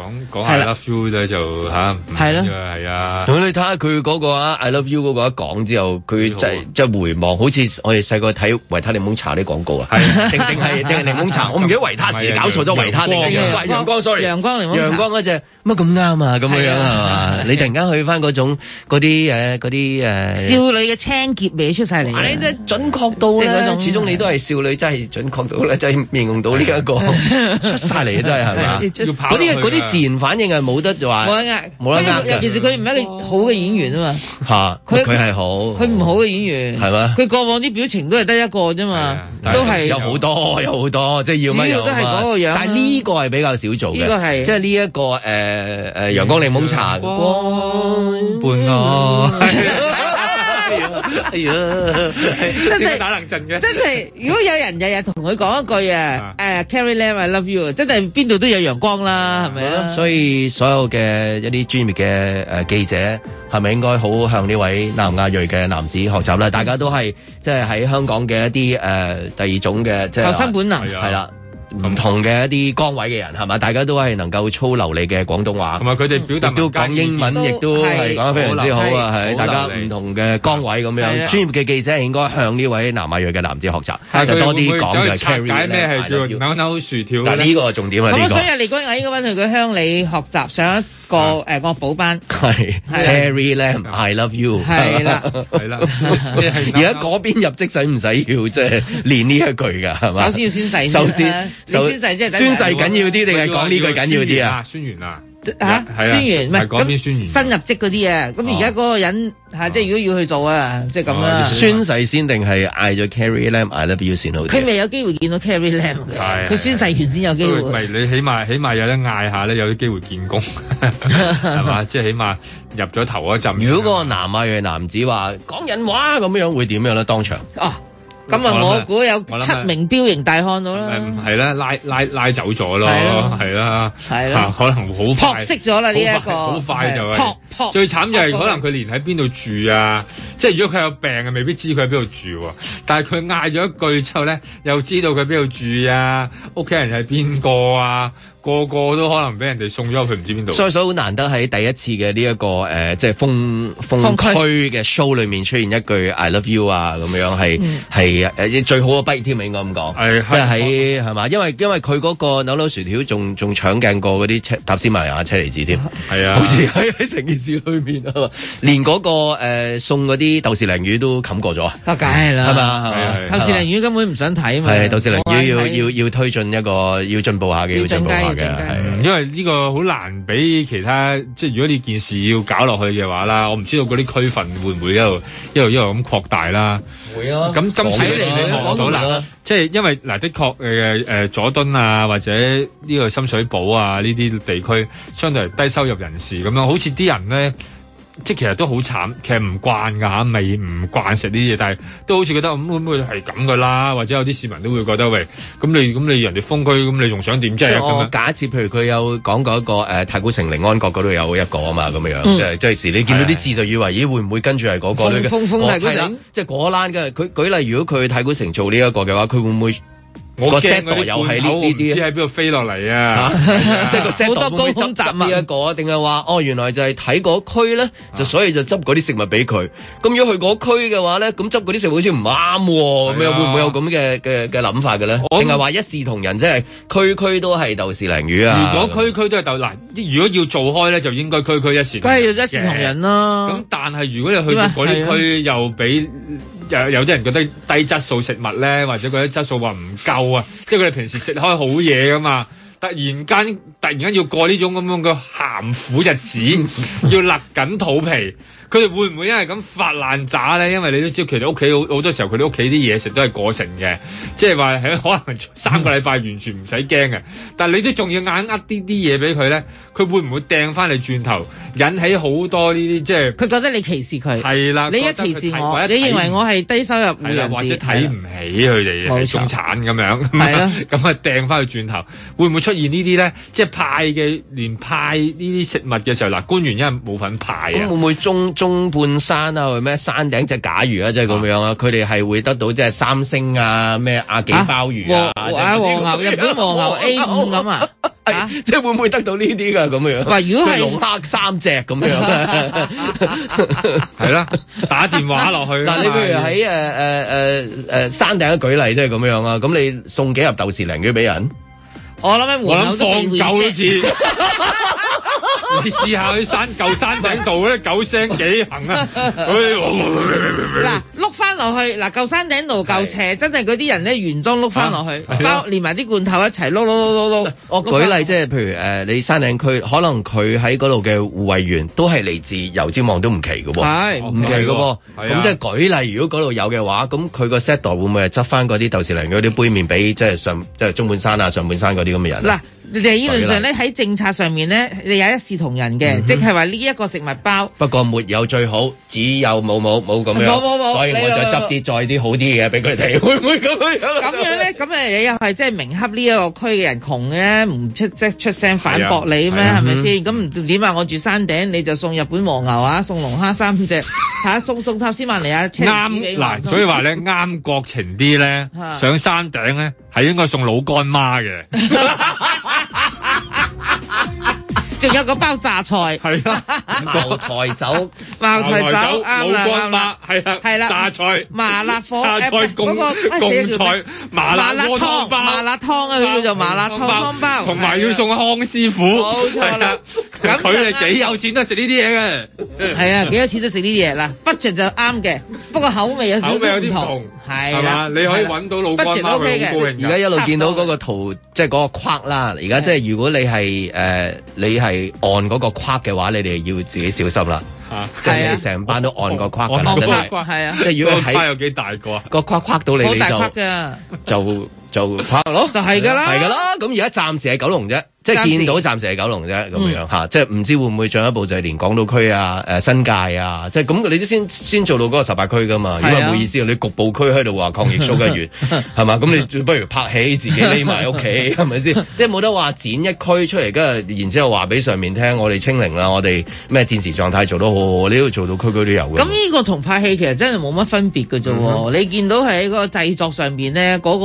S3: 講講
S4: 係
S3: 下
S4: 啦
S3: love you 咧就吓，唔
S4: 係咯
S3: 緊要啊係啊。
S2: 同你睇下佢嗰個啊，I love you 嗰個一講之後，佢即係即係回望，好似我哋細個睇維他檸檬茶啲廣告啊， *laughs* 定定係定係
S1: *laughs*
S2: 檸檬茶，我唔記得
S1: 啊
S2: 維他時搞錯咗維他定係陽光陽光 sorry，
S4: 陽光檸檬茶
S2: 陽光嗰只乜咁啱啊咁樣樣係嘛？你突然間去翻嗰種嗰啲誒嗰啲誒
S4: 少女嘅青澀味出晒嚟啊，
S2: 你真係準確到
S4: 即係嗰
S2: 咧，
S4: 種
S2: 始終你都係少女，真係準確到咧，真係形容到呢 *laughs* 一個出晒嚟啊！真係係嘛？
S4: 要要跑
S2: 嗰啲
S4: 落去
S2: 嗰啲
S4: 㗎
S2: 自然反應係冇得話
S4: 冇得呃，
S2: 冇得呃
S4: 因為尤其是
S2: 㗎
S4: 佢唔係一個好嘅演員啊嘛，
S2: 嚇，
S4: 佢
S2: 佢佢係好，
S4: 佢唔好嘅演員
S2: 哦係咩
S4: 佢過往啲表情都係得一個啫嘛，都係
S2: 有好多有好多，即係要乜
S4: 主要
S2: 有
S4: 都係
S2: 乜
S4: 嗰個樣啦
S2: 但係呢個係比較少做嘅，
S4: 呢個係
S2: 即係呢一個誒誒陽光檸檬茶
S3: 半啊，
S2: 哎呀，
S4: 真係
S3: 打冷震嘅，
S4: 真係，如果有人日日同佢講一句啊，誒 Carrie Lam I love you，真係邊度都有陽光啦，係咪啊？
S2: 所以所有嘅呃一啲專業嘅誒記者係咪應該好向呢位南亞裔嘅男子學習咧？大家都係即係喺香港嘅一啲誒、呃第二種嘅即係
S4: 求生本能
S2: 係
S3: 啊
S2: 啦。唔同嘅一啲崗位嘅人係嘛，大家都係能夠操流利嘅廣東話，
S3: 同埋佢哋表達
S2: 亦都講英文，亦都係講得非常之好啊！係大家唔同嘅崗位咁
S3: 係
S2: 樣，
S3: 啊
S2: 專業嘅記者係應該向呢位南亞裔嘅男子學習，
S3: 但係
S2: 就
S3: 佢
S2: 多啲
S3: 會唔會
S2: 講
S3: 走
S2: 就
S3: 去
S2: 係
S3: 拆
S2: carry
S3: 解咩
S2: 咧
S3: 係叫扭扭薯條咧
S2: 嗱呢個係重點啊！呢
S4: 咁
S2: 個
S4: 所以阿李君雅應該揾佢去香里學習上一個
S3: 啊
S4: 誒樂譜
S3: *laughs*
S4: 班，
S2: 係
S4: 係
S2: Harry Lam I love you，
S4: 係啊啦
S3: 係啦。
S2: 而家嗰邊入職使唔使要即係練呢一句㗎？係嘛？
S4: 首先要宣誓先
S2: 首
S4: 啊
S2: 先
S4: 你宣誓即係等於
S2: 宣誓緊要啲定係講呢句緊要啲啊？
S3: 宣言啊，
S4: 嚇
S2: 係啊
S4: 宣言唔係
S2: 係講邊
S4: 咁
S2: 宣言
S4: 新入職嗰啲啊，咁而
S3: 哦
S4: 家嗰個人嚇，即係如果要去做啊，即係咁啦。
S2: 哦宣誓先定係嗌咗 Carrie Lam I love you 先好
S4: 佢
S2: 啲？啊
S4: 未有機會見到 Carrie Lam 嘅，
S3: 係
S4: 佢宣誓完先有機
S3: 都唔
S4: 會。
S3: 係你起碼起碼有得嗌下咧，有啲機
S2: *laughs*
S3: 會見工係嘛？即係起碼入咗頭嗰陣。
S2: 如果個南亞裔男子話講人話咁樣會點樣咧？當場
S4: 哦，咁啊，
S3: 我諗
S4: 我
S3: 啊
S4: 估有
S3: 我諗啊
S4: 七名彪形大漢到啦，
S3: 係啦，拉拉拉走咗咯，
S4: 係咯
S3: 係啦，
S4: 係咯
S3: 啊可能會好
S4: 撲
S3: 快
S4: 熄咗啦呢哎一個，
S3: *laughs* 好快就
S4: 撲
S3: 係
S4: 撲。
S3: 最慘就係
S4: 撲
S3: 可能佢連喺邊度住啊，即係如果佢有病啊，未必知佢喺邊度住喎。但係佢嗌咗一句之後咧，又知道佢邊度住啊，屋企人係邊個啊，個個都可能俾人哋送咗去唔知邊度。
S2: 所以所以好難得喺第一次嘅呢一個誒、呃即係風風
S3: 風區
S2: 區嘅 show 裏面出現一句 I love you 啊，咁樣係
S3: 嗯
S2: 係誒呃最好嘅畢業添，應該咁講，即係喺係嘛？因為因為佢嗰個扭扭薯條仲仲搶鏡過嗰啲車塔斯馬尼亞車厘子添，
S3: 係啊
S2: 好似喺喺成件市裏面啊嘛，連嗰個誒送嗰啲豆豉鯪魚都冚過咗啊！
S4: 啊，梗係啦，
S2: 係嘛係嘛
S4: 透視鯪魚根本唔想睇嘛，
S2: 係豆豉鯪魚要
S4: 我係睇
S2: 要要推進一個要進步下嘅，
S4: 要
S2: 要進
S4: 進
S2: 步
S4: 階
S2: 下
S4: 要
S2: 嘅
S4: 進階
S2: 係。
S3: 嗯因為呢個好難俾其他，即係如果呢件事要搞落去嘅話啦，我唔知道嗰啲區份會唔會一路一路一路咁擴大啦。
S2: 會啊
S3: 咁今次
S2: 講
S3: 你
S2: 完啦
S3: 望到
S2: 講完
S3: 啦
S2: 啦，
S3: 即係因為嗱，的確誒誒佐敦啊，或者呢個深水埗啊呢啲地區，相對係低收入人士咁樣，好似啲人咧。即係其實都好慘，其實唔慣㗎嚇，未唔慣食呢啲嘢，但係都好似覺得嗯咁會唔會係咁㗎啦？或者有啲市民都會覺得喂，咁你咁你人哋封區，咁你仲想點
S2: 即
S3: 啫？咁
S2: 係
S3: 樣
S2: 我假設，譬如佢有講過一個誒太古城寧安閣嗰度有一個啊嘛，咁樣
S4: 嗯
S2: 樣即係即係時你見到啲字就以為咦會唔會跟住係嗰個哦
S4: 封封封太古城
S2: 係啦即係果欄嘅。佢舉例，如果佢太古城做呢一個嘅話，佢會唔會
S3: 我
S2: 個
S3: 驚
S2: set
S3: 嗰啲
S2: 又係
S3: 罐頭
S2: 呢呢啲
S3: 唔
S2: 啊
S3: 知喺邊度飛落
S4: *laughs*
S3: 嚟啊！
S2: 即係個 set
S4: 好多
S2: 會唔
S4: 高
S2: 會執
S4: 空雜
S2: 執呢一個，定係話哦，原來就係睇嗰區咧，
S4: 啊
S2: 就所以就執嗰啲食物俾佢。咁如果去嗰區嘅話咧，咁執嗰啲食物好似唔啱喎，咁
S3: 係
S2: 樣
S3: 啊
S2: 會唔會有咁嘅嘅嘅諗法嘅咧？
S3: 我
S2: 定係話一視同仁，即係區區都係豆豉鯪魚啊？
S3: 如果區區都係豆嗱，如果要做開咧，就應該區區一視同
S4: 梗係
S3: 仁嘅。
S4: 要一視同仁啦。
S15: 啊
S3: 咁但係如果你去到嗰啲區又俾有有啲人覺得低質素食物咧，或者覺得質素話唔夠啊，即係佢哋平時食開好嘢噶嘛。突然間，突然間要過呢種咁樣嘅鹹苦日子，要勒緊肚皮，佢哋會唔會因為咁發爛渣咧？因為你都知道，其實屋企好好多時候，佢哋屋企啲嘢食都係過剩嘅，即係話喺 *laughs* 可能三個禮拜完全唔使驚嘅。但係你都仲要硬呃啲啲嘢俾佢咧，佢會唔會掟翻你轉頭，引起好多呢啲即係
S4: 佢覺得你歧視佢，
S3: 係啦，
S4: 你一
S3: 覺得佢
S4: 歧視
S3: 睇
S4: 我，
S3: 或者
S4: 你
S3: 睇
S4: 認為
S3: 唔
S4: 我係低收入
S3: 係啦，
S4: 人士，
S3: 或者睇唔起佢哋
S4: 冇
S3: 係
S4: 錯
S3: 中產
S2: *laughs*
S3: 咁樣，
S4: 係啦
S3: *laughs* 咁啊掟翻去轉頭，會唔會出現呢啲咧？即係派嘅，連派呢啲食物嘅時候，嗱官員因為冇份派
S2: 咁
S3: 啊
S2: 會，唔會中中半山啊，或者咩山頂只假魚啊，即係咁樣啊？佢哋係會得到即係三星啊，咩亞幾鮑魚啊，
S4: 啊
S2: 即係哎
S4: 啊
S2: 嗰啲
S4: 黃牛日本黃
S2: *laughs*
S4: 牛 A 五咁啊，
S2: 係即係會唔會得到呢啲㗎？咁樣？
S4: 喂如果係
S2: 龍蝦三隻咁樣，
S4: *laughs*
S3: 係啦，打電話落去啊嘛。
S2: *laughs* 嗱，你譬如喺誒誒誒誒山頂舉例，即係咁樣啊。咁你送幾盒豆豉鯪魚俾人？
S4: 我諗喺
S3: 我
S4: 門
S3: 諗
S4: 口都
S3: 放
S4: 未
S3: 狗好
S4: reject
S3: 似，你試下去山舊山頂度咧，狗聲幾
S2: *laughs*
S3: 行啊！
S4: 嗱，碌翻落去嗱，舊山頂路夠斜，真係嗰啲人咧原裝碌翻落去
S2: 嗯啊係，啊
S4: 包連埋啲罐頭一齊碌碌碌碌
S2: *laughs*
S4: 碌。我
S2: 舉例即係譬如誒、呃你山嶺區可能佢喺嗰度嘅護衛員都係嚟自油尖旺都唔奇嘅喎，
S4: 係
S2: 唔奇嘅喎。
S4: 係啊
S2: 咁即係舉例，如果嗰度有嘅話，咁佢個 set 袋會唔會係執翻嗰啲豆豉鯪魚嗰啲杯麵俾即係上即係中半山啊、上半山嗰啲咁嘅人？
S4: 嗱，理論上咧喺政策上面咧，你有一視同仁
S2: 嗯
S4: 嘅，
S2: *laughs*
S4: 即係話呢一個食物包。
S2: 不過沒有最好，只有冇冇冇
S4: *laughs*
S2: 咁樣，
S4: 冇冇冇
S2: 所以我就執啲再啲好啲嘅俾佢哋， *laughs* 會唔會咁
S4: *laughs*
S2: 樣？
S4: 咁樣咧，咁誒你又係即係明恰呢一個區嘅人窮嘅，唔出即出聲反駁你咩？
S2: 係啊
S4: 係咪
S2: 嗯
S4: 先？咁唔點啊？我住山頂，你就送日本黃牛啊，送龍蝦三
S2: *laughs*
S4: 隻，嚇送送塔斯曼尼亞車厘子俾
S3: 啱
S4: 我
S3: 嗱，所以話咧啱國情啲咧
S2: *laughs*
S4: 啊，
S3: 上山頂咧係應該送老乾媽嘅。
S4: *laughs* 仲有個包榨菜，
S3: 係啊啦，
S2: 茅台酒，
S4: 茅台酒
S3: 茅台
S4: 啱啦
S3: 老
S4: 啱
S3: 乾媽
S4: 啦，
S3: 係啦，
S4: 係啦
S3: 榨菜、
S4: 麻辣火誒
S3: 榨菜
S4: 唔係
S3: 共
S4: 嗰個哎寫
S3: 共
S4: 住咩
S3: 菜、麻辣鍋
S4: 湯、
S3: 湯包
S4: 麻辣湯啊，佢叫做麻辣湯湯包，
S3: 同埋要送康師傅，
S4: 冇錯啦
S3: 係啦。
S4: 咁就
S3: 佢
S4: 啱
S3: 哋幾有錢都食呢啲嘢嘅，
S4: 係啊，幾多錢都食呢啲嘢啦，budget 就啱嘅，不過口味有少
S3: 口味
S4: 少
S3: 有
S4: 唔
S3: 啲唔
S4: 同
S3: 同，，
S4: 係啦，
S3: 嘛？你可以
S4: 係啦
S3: 揾到老乾
S4: budget
S3: 媽，
S4: OK
S3: 佢
S4: 嘅
S3: 好高興㗎。
S2: 而家一路見到嗰個圖，即係嗰個框啦。而家即係如果你係誒、呃你係按嗰個框嘅話，你哋要自己小心啦。
S3: 啊
S2: 即
S4: 啊
S2: 係你成班都按個框㗎啦，
S3: 按個
S2: 真係。
S3: 框
S4: 係啊
S2: 即係如果
S3: 個框有
S2: 喺
S3: 幾大個啊？
S2: 個框框到你，
S4: 好
S2: 你
S4: 大
S2: 就
S4: 匹㗎，
S2: 就就框咯，
S4: *laughs* 就係㗎啦
S2: 係㗎啦。咁而家暫時係九龍啫，即
S4: 暫
S2: 係
S4: 時嗯
S2: 見到暫時係九龍啫，咁樣嚇。即係唔知會唔會進一步就係連港島區啊、誒新界啊，即係咁你都先先做到嗰個十八區㗎嘛。
S4: 係
S2: 如
S4: 啊
S2: 果冇意思，你局部區喺度話抗疫 show 一 *laughs*
S4: *laughs*
S2: 月係嘛？咁你 *laughs* 不如拍起自己匿埋屋企係咪先？即係冇得話剪一區出嚟，跟住然之後話俾上面聽，我哋清零啦，我哋咩戰時狀態做得好好，你都做到區區都有㗎。
S4: 咁呢個同拍戲其實真係冇乜分別嘅啫
S3: 嗯
S4: 喎，你見到喺嗰個製作呃上邊咧，嗰、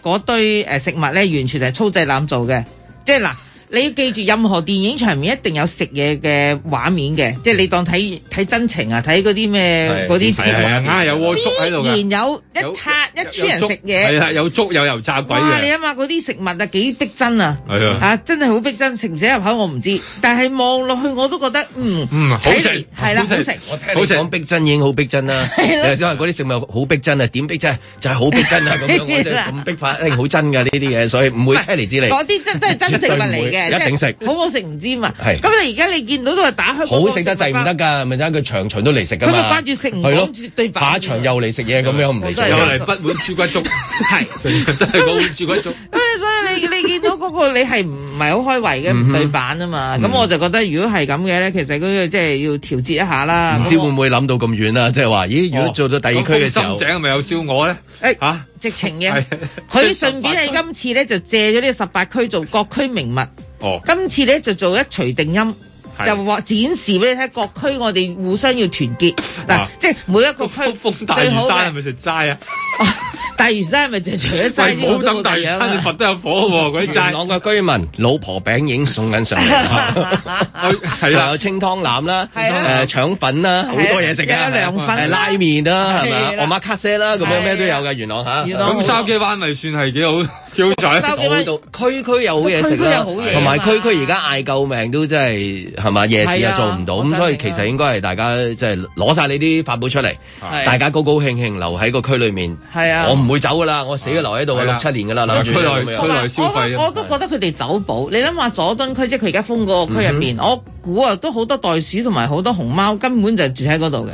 S4: 個嗰堆誒食物咧，完全係粗製濫造嘅，即係嗱。你要記住，任何電影場面一定有食嘢嘅畫面嘅，即係你當睇睇真情啊，睇嗰啲咩嗰啲
S3: 嗯係啊，硬係有鍋粥喺度
S4: 必
S3: 㗎。
S4: 然有一刷一村人食
S3: 係
S4: 嘢。
S3: 啦，有粥有油炸鬼
S4: 哇！你
S3: 嘅，
S4: 諗下嗰啲食物啊，幾逼真啊！
S3: 係啊
S4: 嚇真係好逼真，食唔食入口我唔知，但係望落去我都覺得嗯，
S2: 嗯好食
S4: 睇嚟係啦，好食。
S2: 我聽你講逼真已經好逼真啦。
S4: 係啦
S2: 你頭先話嗰啲食物好逼真啊，點逼真就係好逼真啊咁
S4: *laughs*
S2: 樣，我真係咁逼法，一定好真㗎呢啲嘢，所以唔會車厘子嚟。
S4: 嗰啲真都係真食物嚟嘅，
S2: 一定
S4: 即係
S2: 食
S4: 好好食唔知嘛。
S2: 係
S4: 咁你而家你見到都係打開嗰個
S2: 好食得滯唔得㗎，咪真係佢場場都嚟食㗎
S4: 佢
S2: 嘛。
S4: 咪掛住食唔
S2: 係咯
S4: 講住對白
S2: 下一場又嚟食嘢咁樣唔嚟做嘢，
S3: 又嚟不碗豬骨粥， *laughs*
S4: 係
S3: 成日都係嗰碗豬骨粥。
S4: 咁所以你你見到嗰個你係唔係好開胃嘅
S2: 嗯
S4: 唔
S2: 哼
S4: 對版啊嘛？咁我就覺得如果係咁嘅咧，其實嗰個即係要調節一下啦。
S2: 唔知會唔會諗到咁遠啊啦？即係話，咦？如果做到第二區嘅時
S3: 咁
S2: 候
S3: 風哦心，井係咪有燒鵝咧？
S4: 誒
S3: 嚇
S4: 直情
S3: *laughs*
S4: 嘅，佢順便喺今次咧就借咗呢十八區做各區名物。
S3: 哦
S4: 今次咧就做一錘定音。
S3: 係
S4: 就話展示俾你睇，各區我哋互相要團
S3: *laughs*
S4: 結嗱
S3: 啊，
S4: 即係每一個區
S3: 大
S4: 最
S3: 嶼
S4: 好
S3: 山係
S4: 嘅
S3: 咪食齋啊？
S4: *laughs* 大嶼山咪就除咗齋
S3: 喂
S4: 之
S3: 唔好
S4: 外都冇
S3: 等大
S4: 第
S3: 嶼
S4: 二樣啊
S3: 山，你
S4: 啦
S3: 佛都有火喎，嗰啲
S2: 元
S3: 齋。
S2: 朗嘅嗯居民老婆餅已經送緊上
S3: *laughs* 啊
S2: 嚟，仲有清湯腩啦，
S4: 係啊
S2: 誒腸粉啦，好多嘢食㗎，
S4: 有涼粉啦
S2: 誒拉麵啦，係咪
S4: 係
S2: 啊
S4: 啦
S2: 我馬卡西啦，咁樣咩都有
S4: 係
S2: 嘅元朗嚇。
S4: 元朗
S3: 咁筲箕灣咪算係幾好 *laughs* 幾好仔。
S4: 筲箕灣
S2: 到區區有好嘢食
S4: 區區有
S2: 啦
S4: 好嘢啊嘛，*laughs*
S2: 同埋區區而家嗌救命都真係係嘛夜市
S4: 係
S2: 又
S4: 啊
S2: 做唔到，
S4: 我贊
S2: 咁
S4: 成
S2: 所以其實應該係大家即係攞晒你啲法寶出嚟，
S4: 係
S2: 大家高高興興留喺個區裏面。
S4: 係啊
S2: 我唔會走噶啦，我死都留喺度啊，
S3: 係
S2: 六
S3: 啊
S2: 七年噶啦，
S3: 係啊
S2: 諗住
S3: 區內
S2: 咁樣
S3: 區內消
S4: 我
S3: 費啊
S4: 我都覺得佢哋走寶。你諗下佐敦區，即係佢而家封嗰個區入
S2: 嗯
S4: 邊，我估啊都好多袋鼠同埋好多熊貓，根本就住喺嗰度嘅。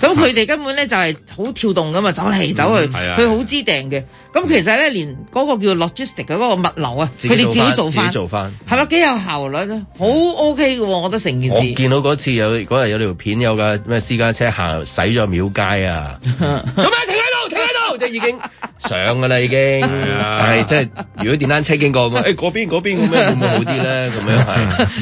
S4: 咁佢哋根本咧就係好跳動噶嘛，走嚟走去，
S2: 嗯嗯係啊
S4: 佢好知定嘅。咁其實咧，連嗰個叫 logistic 嘅嗰個物流啊，佢哋自己做
S2: 自
S4: 翻
S2: 己，做翻。
S4: 係咪幾有效率啊？好 OK 嘅喎，我覺得成件
S2: 我
S4: 事。
S2: 見到嗰次有嗰日有條片有架咩私家車行洗咗廟街
S4: *laughs*
S2: 啊，做咩停喺度？停喺
S3: *laughs*
S2: 度，即係已經上噶啦已經。
S3: 啊
S2: 但係即係如果電單車經過咁啊， *laughs* 誒嗰邊嗰邊咁樣 *laughs* 會唔會好啲咧？咁樣 *laughs*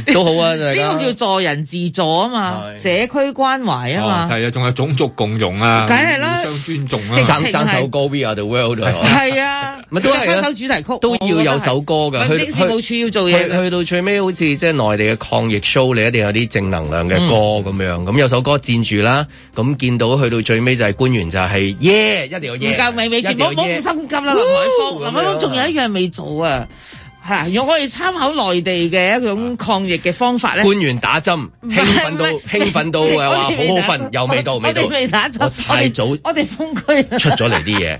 S2: 係都好啊，大家
S4: 呢個叫助人自助啊嘛，社區關懷啊
S3: 哦
S4: 嘛，
S3: 係啊，仲有種族共融啊，
S4: 梗係啦
S3: 互相尊重啊
S4: 直。情
S2: 爭爭首歌 We Are The World 啊
S4: 係啊，
S2: 咪都係啊
S4: 唱翻首主題曲
S2: 都要有首歌
S4: 我
S2: 㗎。
S4: 覺得係民政事務處要做嘢
S2: 去
S4: 㗎。
S2: 去到最尾，好似即係內地嘅抗疫 show，你一定有啲正能量嘅
S4: 嗯
S2: 歌咁樣。咁有首歌佔住啦，咁見到去到最尾就係官員就係耶，一定要
S4: 唔
S2: 耶，
S4: 夠美味住，
S2: 一定要
S4: 冇冇咁
S2: yeah
S4: 心急啦，林海峰。林海峰仲有一樣未做啊，嚇！用我哋參考內地嘅一種抗疫嘅方法咧。
S2: 官員打針，興奮到興奮到誒話好好瞓，又未到
S4: 我
S2: 未到
S4: 哋，未打針，我
S2: 太早
S4: 哋我哋封區啊
S2: 出咗嚟
S4: *laughs*
S2: 啲嘢。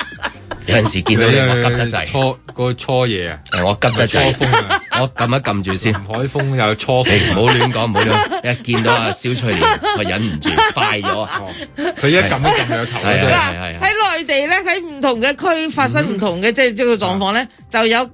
S2: 有陣時見到你我急得滯，
S3: 初個初夜啊，
S2: 誒我急得
S3: 初
S2: 滯，
S3: 風啊，
S2: *laughs* 我撳一撳住先。
S3: 海風
S2: *laughs*
S3: 有初
S2: 你唔
S3: 風啊。
S2: 好亂講，唔好亂。一見到阿小翠蓮， *laughs* 我忍唔住快咗。
S3: 哦佢一撳一撳佢個頭啊
S2: 係
S3: 真係
S2: 啊
S4: 嗱，喺內地咧，喺唔同嘅區發生唔同
S2: 嗯
S4: 嘅即係即係個狀
S2: 啊
S4: 況咧，就有誒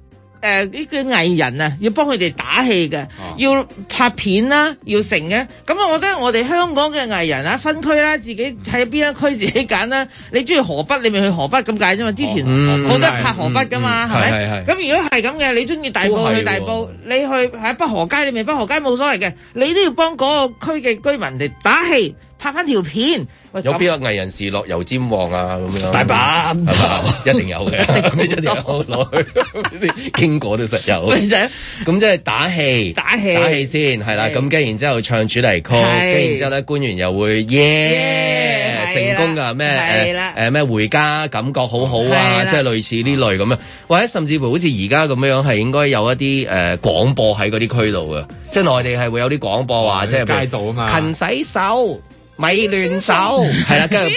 S4: 呢啲藝人啊，要幫佢哋打氣嘅，
S2: 啊
S4: 要拍片啦，要成嘅。咁啊，我覺得我哋香港嘅藝人啊，分區啦，自
S2: 嗯
S4: 己喺邊一區自己揀啦。你中意河北，你咪去河北咁解啫嘛。之前
S2: 嗯
S4: 好多人拍河北噶嘛，
S2: 嗯嗯
S4: 係咪
S2: 係係？係
S4: 咁如果係咁嘅，你中意大
S2: 都
S4: 埔
S2: 係
S4: 去大
S2: 喎
S4: 埔，你去喺北河街，你咪北河街冇所謂嘅，你都要幫嗰個區嘅居民嚟打氣，拍翻條片。喂
S2: 有
S4: 咁
S2: 邊個藝人士落油尖旺啊？咁樣
S4: 大把
S2: 係嘛一定有嘅， *laughs* 一定有攞去，經過都實有。
S4: 咪就係
S2: 咁即係打氣，
S4: 打氣
S2: 打氣先係啦。
S4: 係
S2: 咁跟然之後唱主題曲，
S4: 係
S2: 跟然之後咧官員又會耶
S4: 係
S2: 成
S4: 啦
S2: 功㗎咩
S4: 係
S2: 誒
S4: 啦
S2: 誒咩回家感覺好好
S4: 係
S2: 啊，
S4: 啦
S2: 即係類似呢類咁樣，或者甚至乎好似而家咁樣係應該有一啲誒廣播喺嗰啲區度嘅，即係內地係會有啲廣播話即係譬如
S3: 街道啊嘛
S2: 勤洗手，咪
S4: *laughs*
S2: 亂手，係啦，跟住。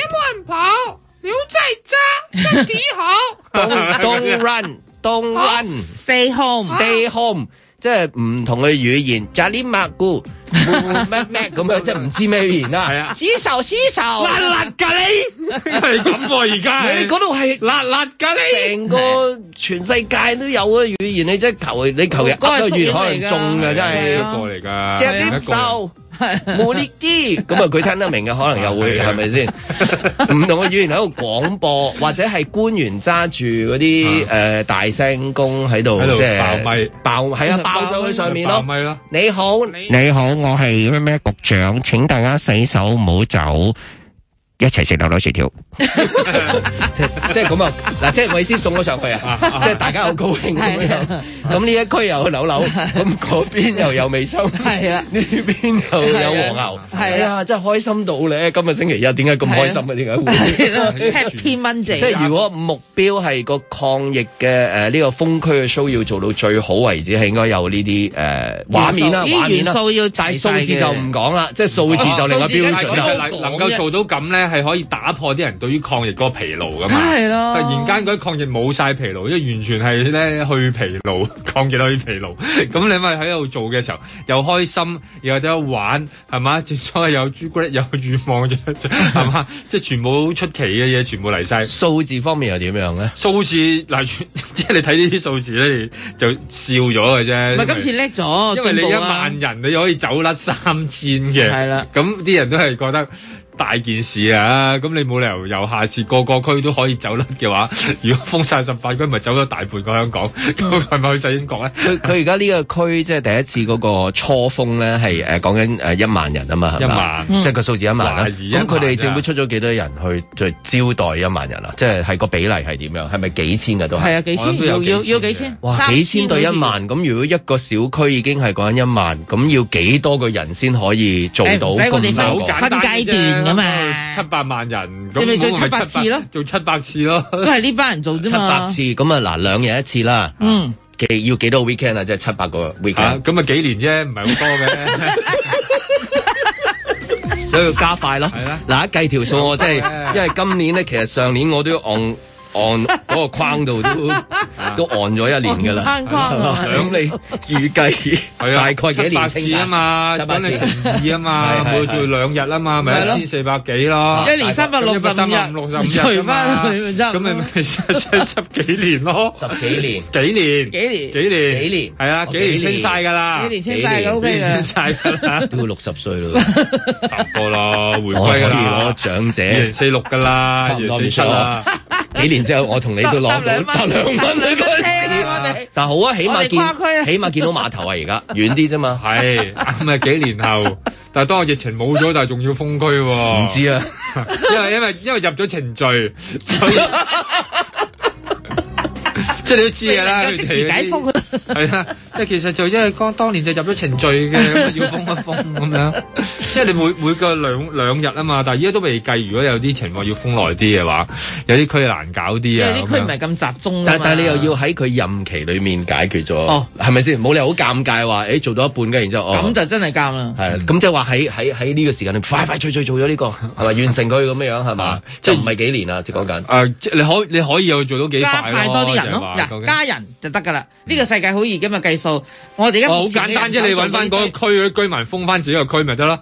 S20: 乱跑，留在家，身体好。
S2: Don't don't run, don't run,
S4: stay home,
S2: stay home，即 ừ, 係唔同嘅語言。扎里麥姑咩咩咁樣，即係唔知咩語言啦。係
S4: à.
S2: 啊，
S20: 洗手洗手，
S2: 辣辣咖
S4: *laughs*
S2: 喱
S3: 係咁喎，而家
S2: 你嗰度係
S3: 辣辣咖喱，
S2: 成個全世界都有嘅語言，你真係求你求其
S4: 嗰係
S2: 噏個
S4: 縮
S2: 月
S4: 影嚟
S2: 可
S4: 㗎
S2: 能中嘅真
S3: 係
S2: 係
S3: 一。個嚟㗎，
S2: 隻碟手冇呢啲，咁啊佢聽得明嘅可能又會 *laughs* 係咪先？唔同嘅語言喺度廣播，或者係官員揸住嗰啲誒大聲公喺度
S3: 喺度
S2: 即係
S3: 爆咪
S2: 爆係啊爆上去上面
S3: 爆
S2: 咯。
S3: 咪啦，
S2: 你好，你好，我係咩咩局長，請大家洗手唔好走。
S21: 一齊食兩兩薯條。
S2: 即係咁 *laughs* 啊！嗱，即係我意思送咗上去啊，即係大家好高興咁樣。咁呢一區又有扭扭，咁嗰邊又有味心，係
S4: 啊，
S2: 呢邊又有黃牛，係啊，真係開心到咧！今日星期一點解咁開心啊？點解會？
S4: Happy Monday，
S2: 即係如果目標係個抗疫嘅誒呢個封區嘅 show 要做到最好為止，係應該有呢啲誒畫面啦，
S4: 元素
S2: 畫面
S4: 元
S2: 啦，
S4: 素要齊
S2: 但係
S4: 晒
S2: 數字就
S4: 嘅
S2: 唔講啦，即係數字就另外標準
S3: 其實
S2: 啦。
S3: 能能夠做到咁咧，係可以打破啲人對於抗疫嗰個疲勞噶嘛。
S4: 梗係啦
S3: 突然間嗰啲抗疫冇晒疲勞，即係完全係咧去疲勞， *laughs* 抗疫去疲勞。 *laughs* 咁你咪喺度做嘅時候又開心，又有得玩，係嘛？最初有朱古力，有 *laughs* 願望，係嘛？即係全部好出奇嘅嘢，全部嚟晒。
S2: 數字方面又點樣咧？
S3: 數字嗱， *laughs* 即係你睇呢啲數字咧，你就笑咗嘅啫。
S4: 唔係今次叻咗，
S3: 因為你
S4: 進
S3: 一
S4: 步啊
S3: 萬人你可以走甩三千嘅，
S4: 係啦，
S3: 咁啲人都係覺得。大件事啊！咁你冇理由由下次個個區都可以走甩嘅話， *laughs* 如果封晒十八區，咪走咗大半個香港，咁係咪去晒英國咧？
S2: 佢佢而家呢個區即係第一次嗰個初封咧，係誒講緊誒一萬人啊嘛，係咪
S3: 一萬嗯
S2: 即係個數字一萬啦。
S3: 懷疑一萬啊
S2: 咁佢哋政府出咗幾多人去去招待一萬人啊？即係係個比例係點樣？係咪幾千嘅都係？
S4: 係啊，幾千要要要幾千，
S2: 哇，
S4: 三
S2: 幾千對一
S4: 好似
S2: 萬，咁如果一個小區已經係講緊一萬，咁要幾多個人先可以做
S4: 誒
S2: 到
S4: 唔使我哋
S2: 咁
S4: 分
S2: 多個？
S4: 分階段㗎嘛
S3: 七百萬人，
S4: 你咪
S3: 咁
S4: 做
S3: 我
S4: 七百次咯，
S3: 做七百次咯，
S4: 都係呢班人做啫
S2: 七百
S4: 嘛。
S2: 次咁啊，嗱兩日一次啦。
S4: 嗯，
S2: 幾要幾多個 weekend 啊？即係七百個 weekend。
S3: 咁啊幾年啫，唔係好多嘅。
S2: *laughs* 所以要加快咯。嗱，一計條數我真係，因為今年咧，其實上年我都按按嗰個框度都
S3: 啊
S2: 都按咗一年㗎啦。
S4: 按框啊
S2: 咁你預計大概幾年清
S3: 七百次啊嘛，
S2: 七百
S3: 咁你
S2: 次
S3: 乘二啊嘛，
S2: 係係
S3: 每做兩日啊嘛，咪
S2: 係
S3: 一
S2: 咯
S3: 千四百幾咯，
S4: 一年365
S3: 六十五日，
S4: 除返佢咪差唔
S3: 咁
S4: 多
S3: 咪咪十十幾年咯，十
S2: 幾年
S3: 幾年，
S4: 幾年
S3: 幾年，
S2: 幾年
S3: 係啊，
S2: 哦
S3: 幾年
S2: 幾年
S3: 清晒㗎啦，
S4: 幾年清晒㗎
S3: 幾
S4: OK
S3: 年
S4: 嘅
S3: 幾年清晒㗎
S2: *laughs*
S3: 啦，
S2: 都要六十歲咯，
S3: 差唔多啦， *laughs* 回
S2: 我可以
S3: 歸㗎
S2: 攞
S3: 啦，
S2: 長者
S3: 二零四六㗎啦，
S2: 差
S3: 二
S2: 唔多
S3: 零四七啊啦，
S2: 幾年之後我同你都攞到得兩蚊你嗰陣時但好啊，起
S4: 我
S2: 碼
S4: 哋跨區啊
S2: 見起碼見到碼頭啊，而家遠啲啫
S3: *laughs*
S2: 嘛。
S3: 係咁啊，幾
S4: *laughs*
S3: 年後，但係當我疫情冇咗，但係仲要封區喎，
S2: 唔知啊，
S3: *laughs* 因為因為因為入咗程序，
S4: *laughs*
S3: 所以即係你都知㗎啦，
S4: 未能夠即時解封啊
S3: 係啦，即係其實就因為當當年就入咗程序嘅，
S4: *laughs*
S3: 咁啊要封一封咁樣，即係你每每個兩兩日啊嘛，但係依家都未計，如果有啲情況要封耐啲嘅話，有啲區難搞啲
S4: 因
S3: 啊，
S4: 為啲區唔
S3: 咁
S4: 係
S3: 樣
S4: 咁集中㗎啊
S2: 但但係你又
S4: 嘛
S2: 要喺佢任期裏面解決咗
S4: 哦，
S2: 係咪先？冇理由好尷尬話，誒做到一半嘅，然之後
S4: 咁
S2: 哦。
S4: 就真係監啦。
S3: 嗯
S2: 係，咁即係話喺喺喺呢個時間你快快脆脆做咗呢個，係咪完成佢咁樣樣係嘛？即係唔係幾年啊？即係講緊。
S3: 誒，即係你可你可以又做到幾
S4: 加
S3: 快
S4: 派多啲人咯，
S3: 就係話究
S4: 嗱
S3: 竟
S4: 加人就得㗎啦。呢個世界好易㗎嘛，計數。我哋而家
S3: 哦好
S4: 目前嘅
S3: 簡單啫，
S4: 人
S3: 你
S4: 口
S3: 揾翻
S4: 做到
S3: 嗰
S4: 呢
S3: 個區嗰啲居民封翻自己個區咪
S4: *laughs*
S3: 得啦。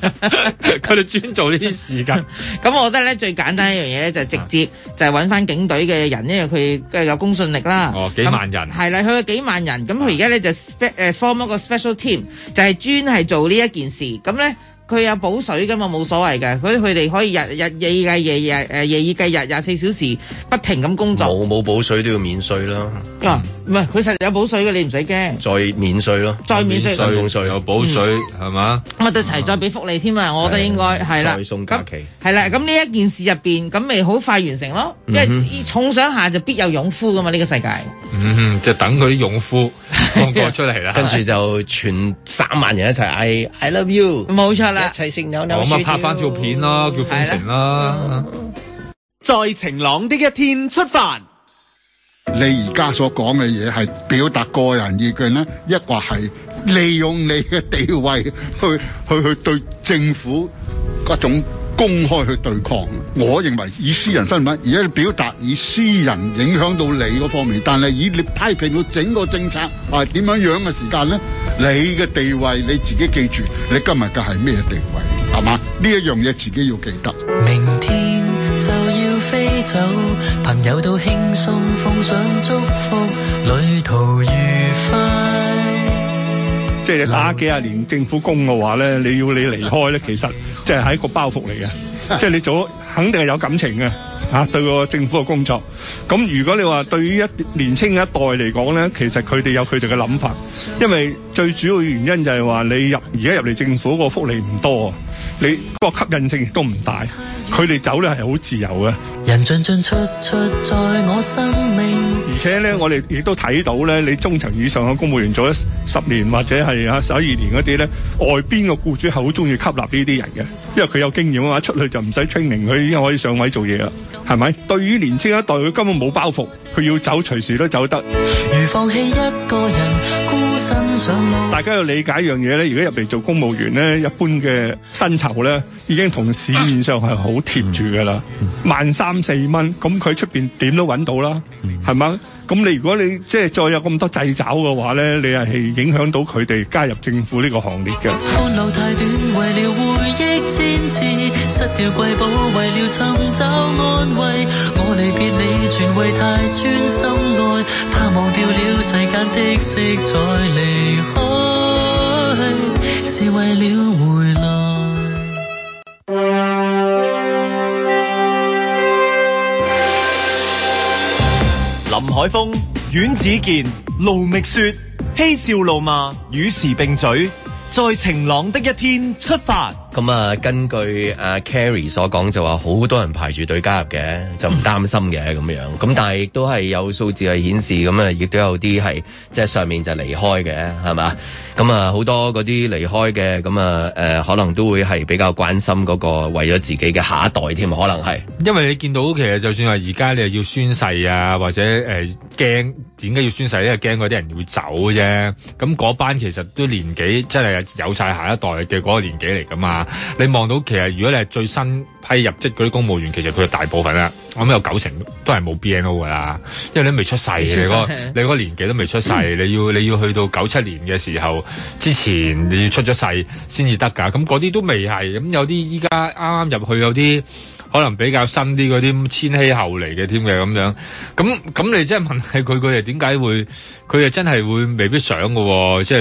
S3: 佢哋專做呢啲事㗎。
S4: 咁我覺得咧最簡單一樣嘢咧就係直接就係揾翻警隊嘅人，因為佢有公信力啦。
S3: 哦幾萬人
S4: 咁係啦，佢有幾萬人，咁佢而家咧就 spe- 誒 form 一個 special team，就係專係做呢一件事。咁咧佢有補水噶嘛，冇所謂嘅。佢佢哋可以日日夜以繼夜夜誒夜以繼日廿四小時不停咁工作。
S2: 冇冇補水都要免税啦，
S4: 啊，唔係佢實有補水嘅，你唔使驚。
S2: 再免税咯，
S4: 再免稅
S2: 薪俸税
S3: 又補水
S2: 嗯
S3: 係嘛？
S4: 我哋齊再俾福利添啊！我覺得應該係啦
S2: 再。送假期。
S4: 係啦，咁呢一件事入邊，咁咪好快完成咯。因為
S3: 嗯
S4: 重賞下就必有勇夫噶嘛，呢、個世界。
S3: 嗯，就等佢啲勇夫放過出嚟啦。
S2: 跟住就全三萬人一齊嗌 I love you，
S4: 冇錯啦，
S2: 一齊食扭
S3: 我哦啊咪拍翻條片啦，叫封城啦。
S5: 在晴朗的一天出發。
S22: 你而家所講嘅嘢係表達個人意見咧，抑或係利用你嘅地位去 *laughs* 去去對政府嗰種公開去對抗？我認為以私人身份，而家你表達以私人影響到你嗰方面，但係以你批評到整個政策係點樣樣嘅時間咧，你嘅地位你自己記住，你今日嘅係咩地位係嘛？呢一樣嘢自己要記得。
S23: 明天就要飛走，朋友都輕鬆奉上祝福，旅途愉快。
S24: 即係打幾廿年政府工嘅話咧，你要你離開咧，其實即係係一個包袱嚟嘅。即係你做肯定係有感情嘅。啊，對個政府嘅工作，咁如果你話對於一年青一代嚟講呢，其實佢哋有佢哋嘅諗法，因為最主要原因就係話你入而家入嚟政府個福利唔多啊，你個吸引性亦都唔大，佢哋走呢係好自由嘅。
S23: 人進進出出在我生命，
S24: 而且咧，我哋亦都睇到咧，你中層以上嘅公務員做咗十年或者係啊十一二年嗰啲咧，外邊嘅僱主係好中意吸納呢啲人嘅，因為佢有經驗啊嘛，出去就唔使 training，佢已經可以上位做嘢啦，係咪？對於年青一代，佢根本冇包袱，佢要走隨時都走得。
S23: 如放棄一個人孤身上路，
S24: 大家要理解一樣嘢咧，而家入嚟做公務員咧，一般嘅薪酬咧已經同市面上係好貼住噶啦，萬三四蚊，咁佢出邊點都揾到啦，係嘛？咁你如果你即係再有咁多掣肘嘅話咧，你係影響到佢哋加入政府呢個行列嘅。
S23: 歡路太短，為了回憶千次，失掉瑰寶，為了尋找安慰，我離別你全為太專心愛，怕忘掉了世間的色彩，離開是為了回來。
S1: 林海峰、阮子健、盧覓雪，嬉笑怒罵，與時並嘴，在晴朗的一天出發。
S2: 咁啊，根據阿 Carrie 所講就話，好多人排住隊加入嘅，就唔擔心嘅咁樣。咁但係亦都係有數字係顯示，咁啊，亦都有啲係即係上面就離開嘅，係嘛？咁啊，好多嗰啲離開嘅，咁啊誒，可能都會係比較關心嗰個為咗自己嘅下一代添，可能係。
S3: 因為你見到其實就算係而家你係要宣誓啊，或者誒驚點解要宣誓咧？驚嗰啲人會走啫。咁嗰班其實都年紀真係有晒下一代嘅嗰個年紀嚟噶嘛。你望到其實如果你係最新批入職嗰啲公務員，其實佢大部分啦，我諗有九成都係冇 BNO 噶啦，因為你未出世，你
S2: 未出世
S3: 嗰你嗰個年紀都未出世，你要你要去到九七年嘅時候之前，你要出咗世先至得㗎。咁嗰啲都未係，咁有啲依家啱啱入去有啲。可能比較新啲嗰啲千禧後嚟嘅添嘅咁樣，咁咁你即係問係佢佢哋點解會佢哋真係會未必想嘅喎，即係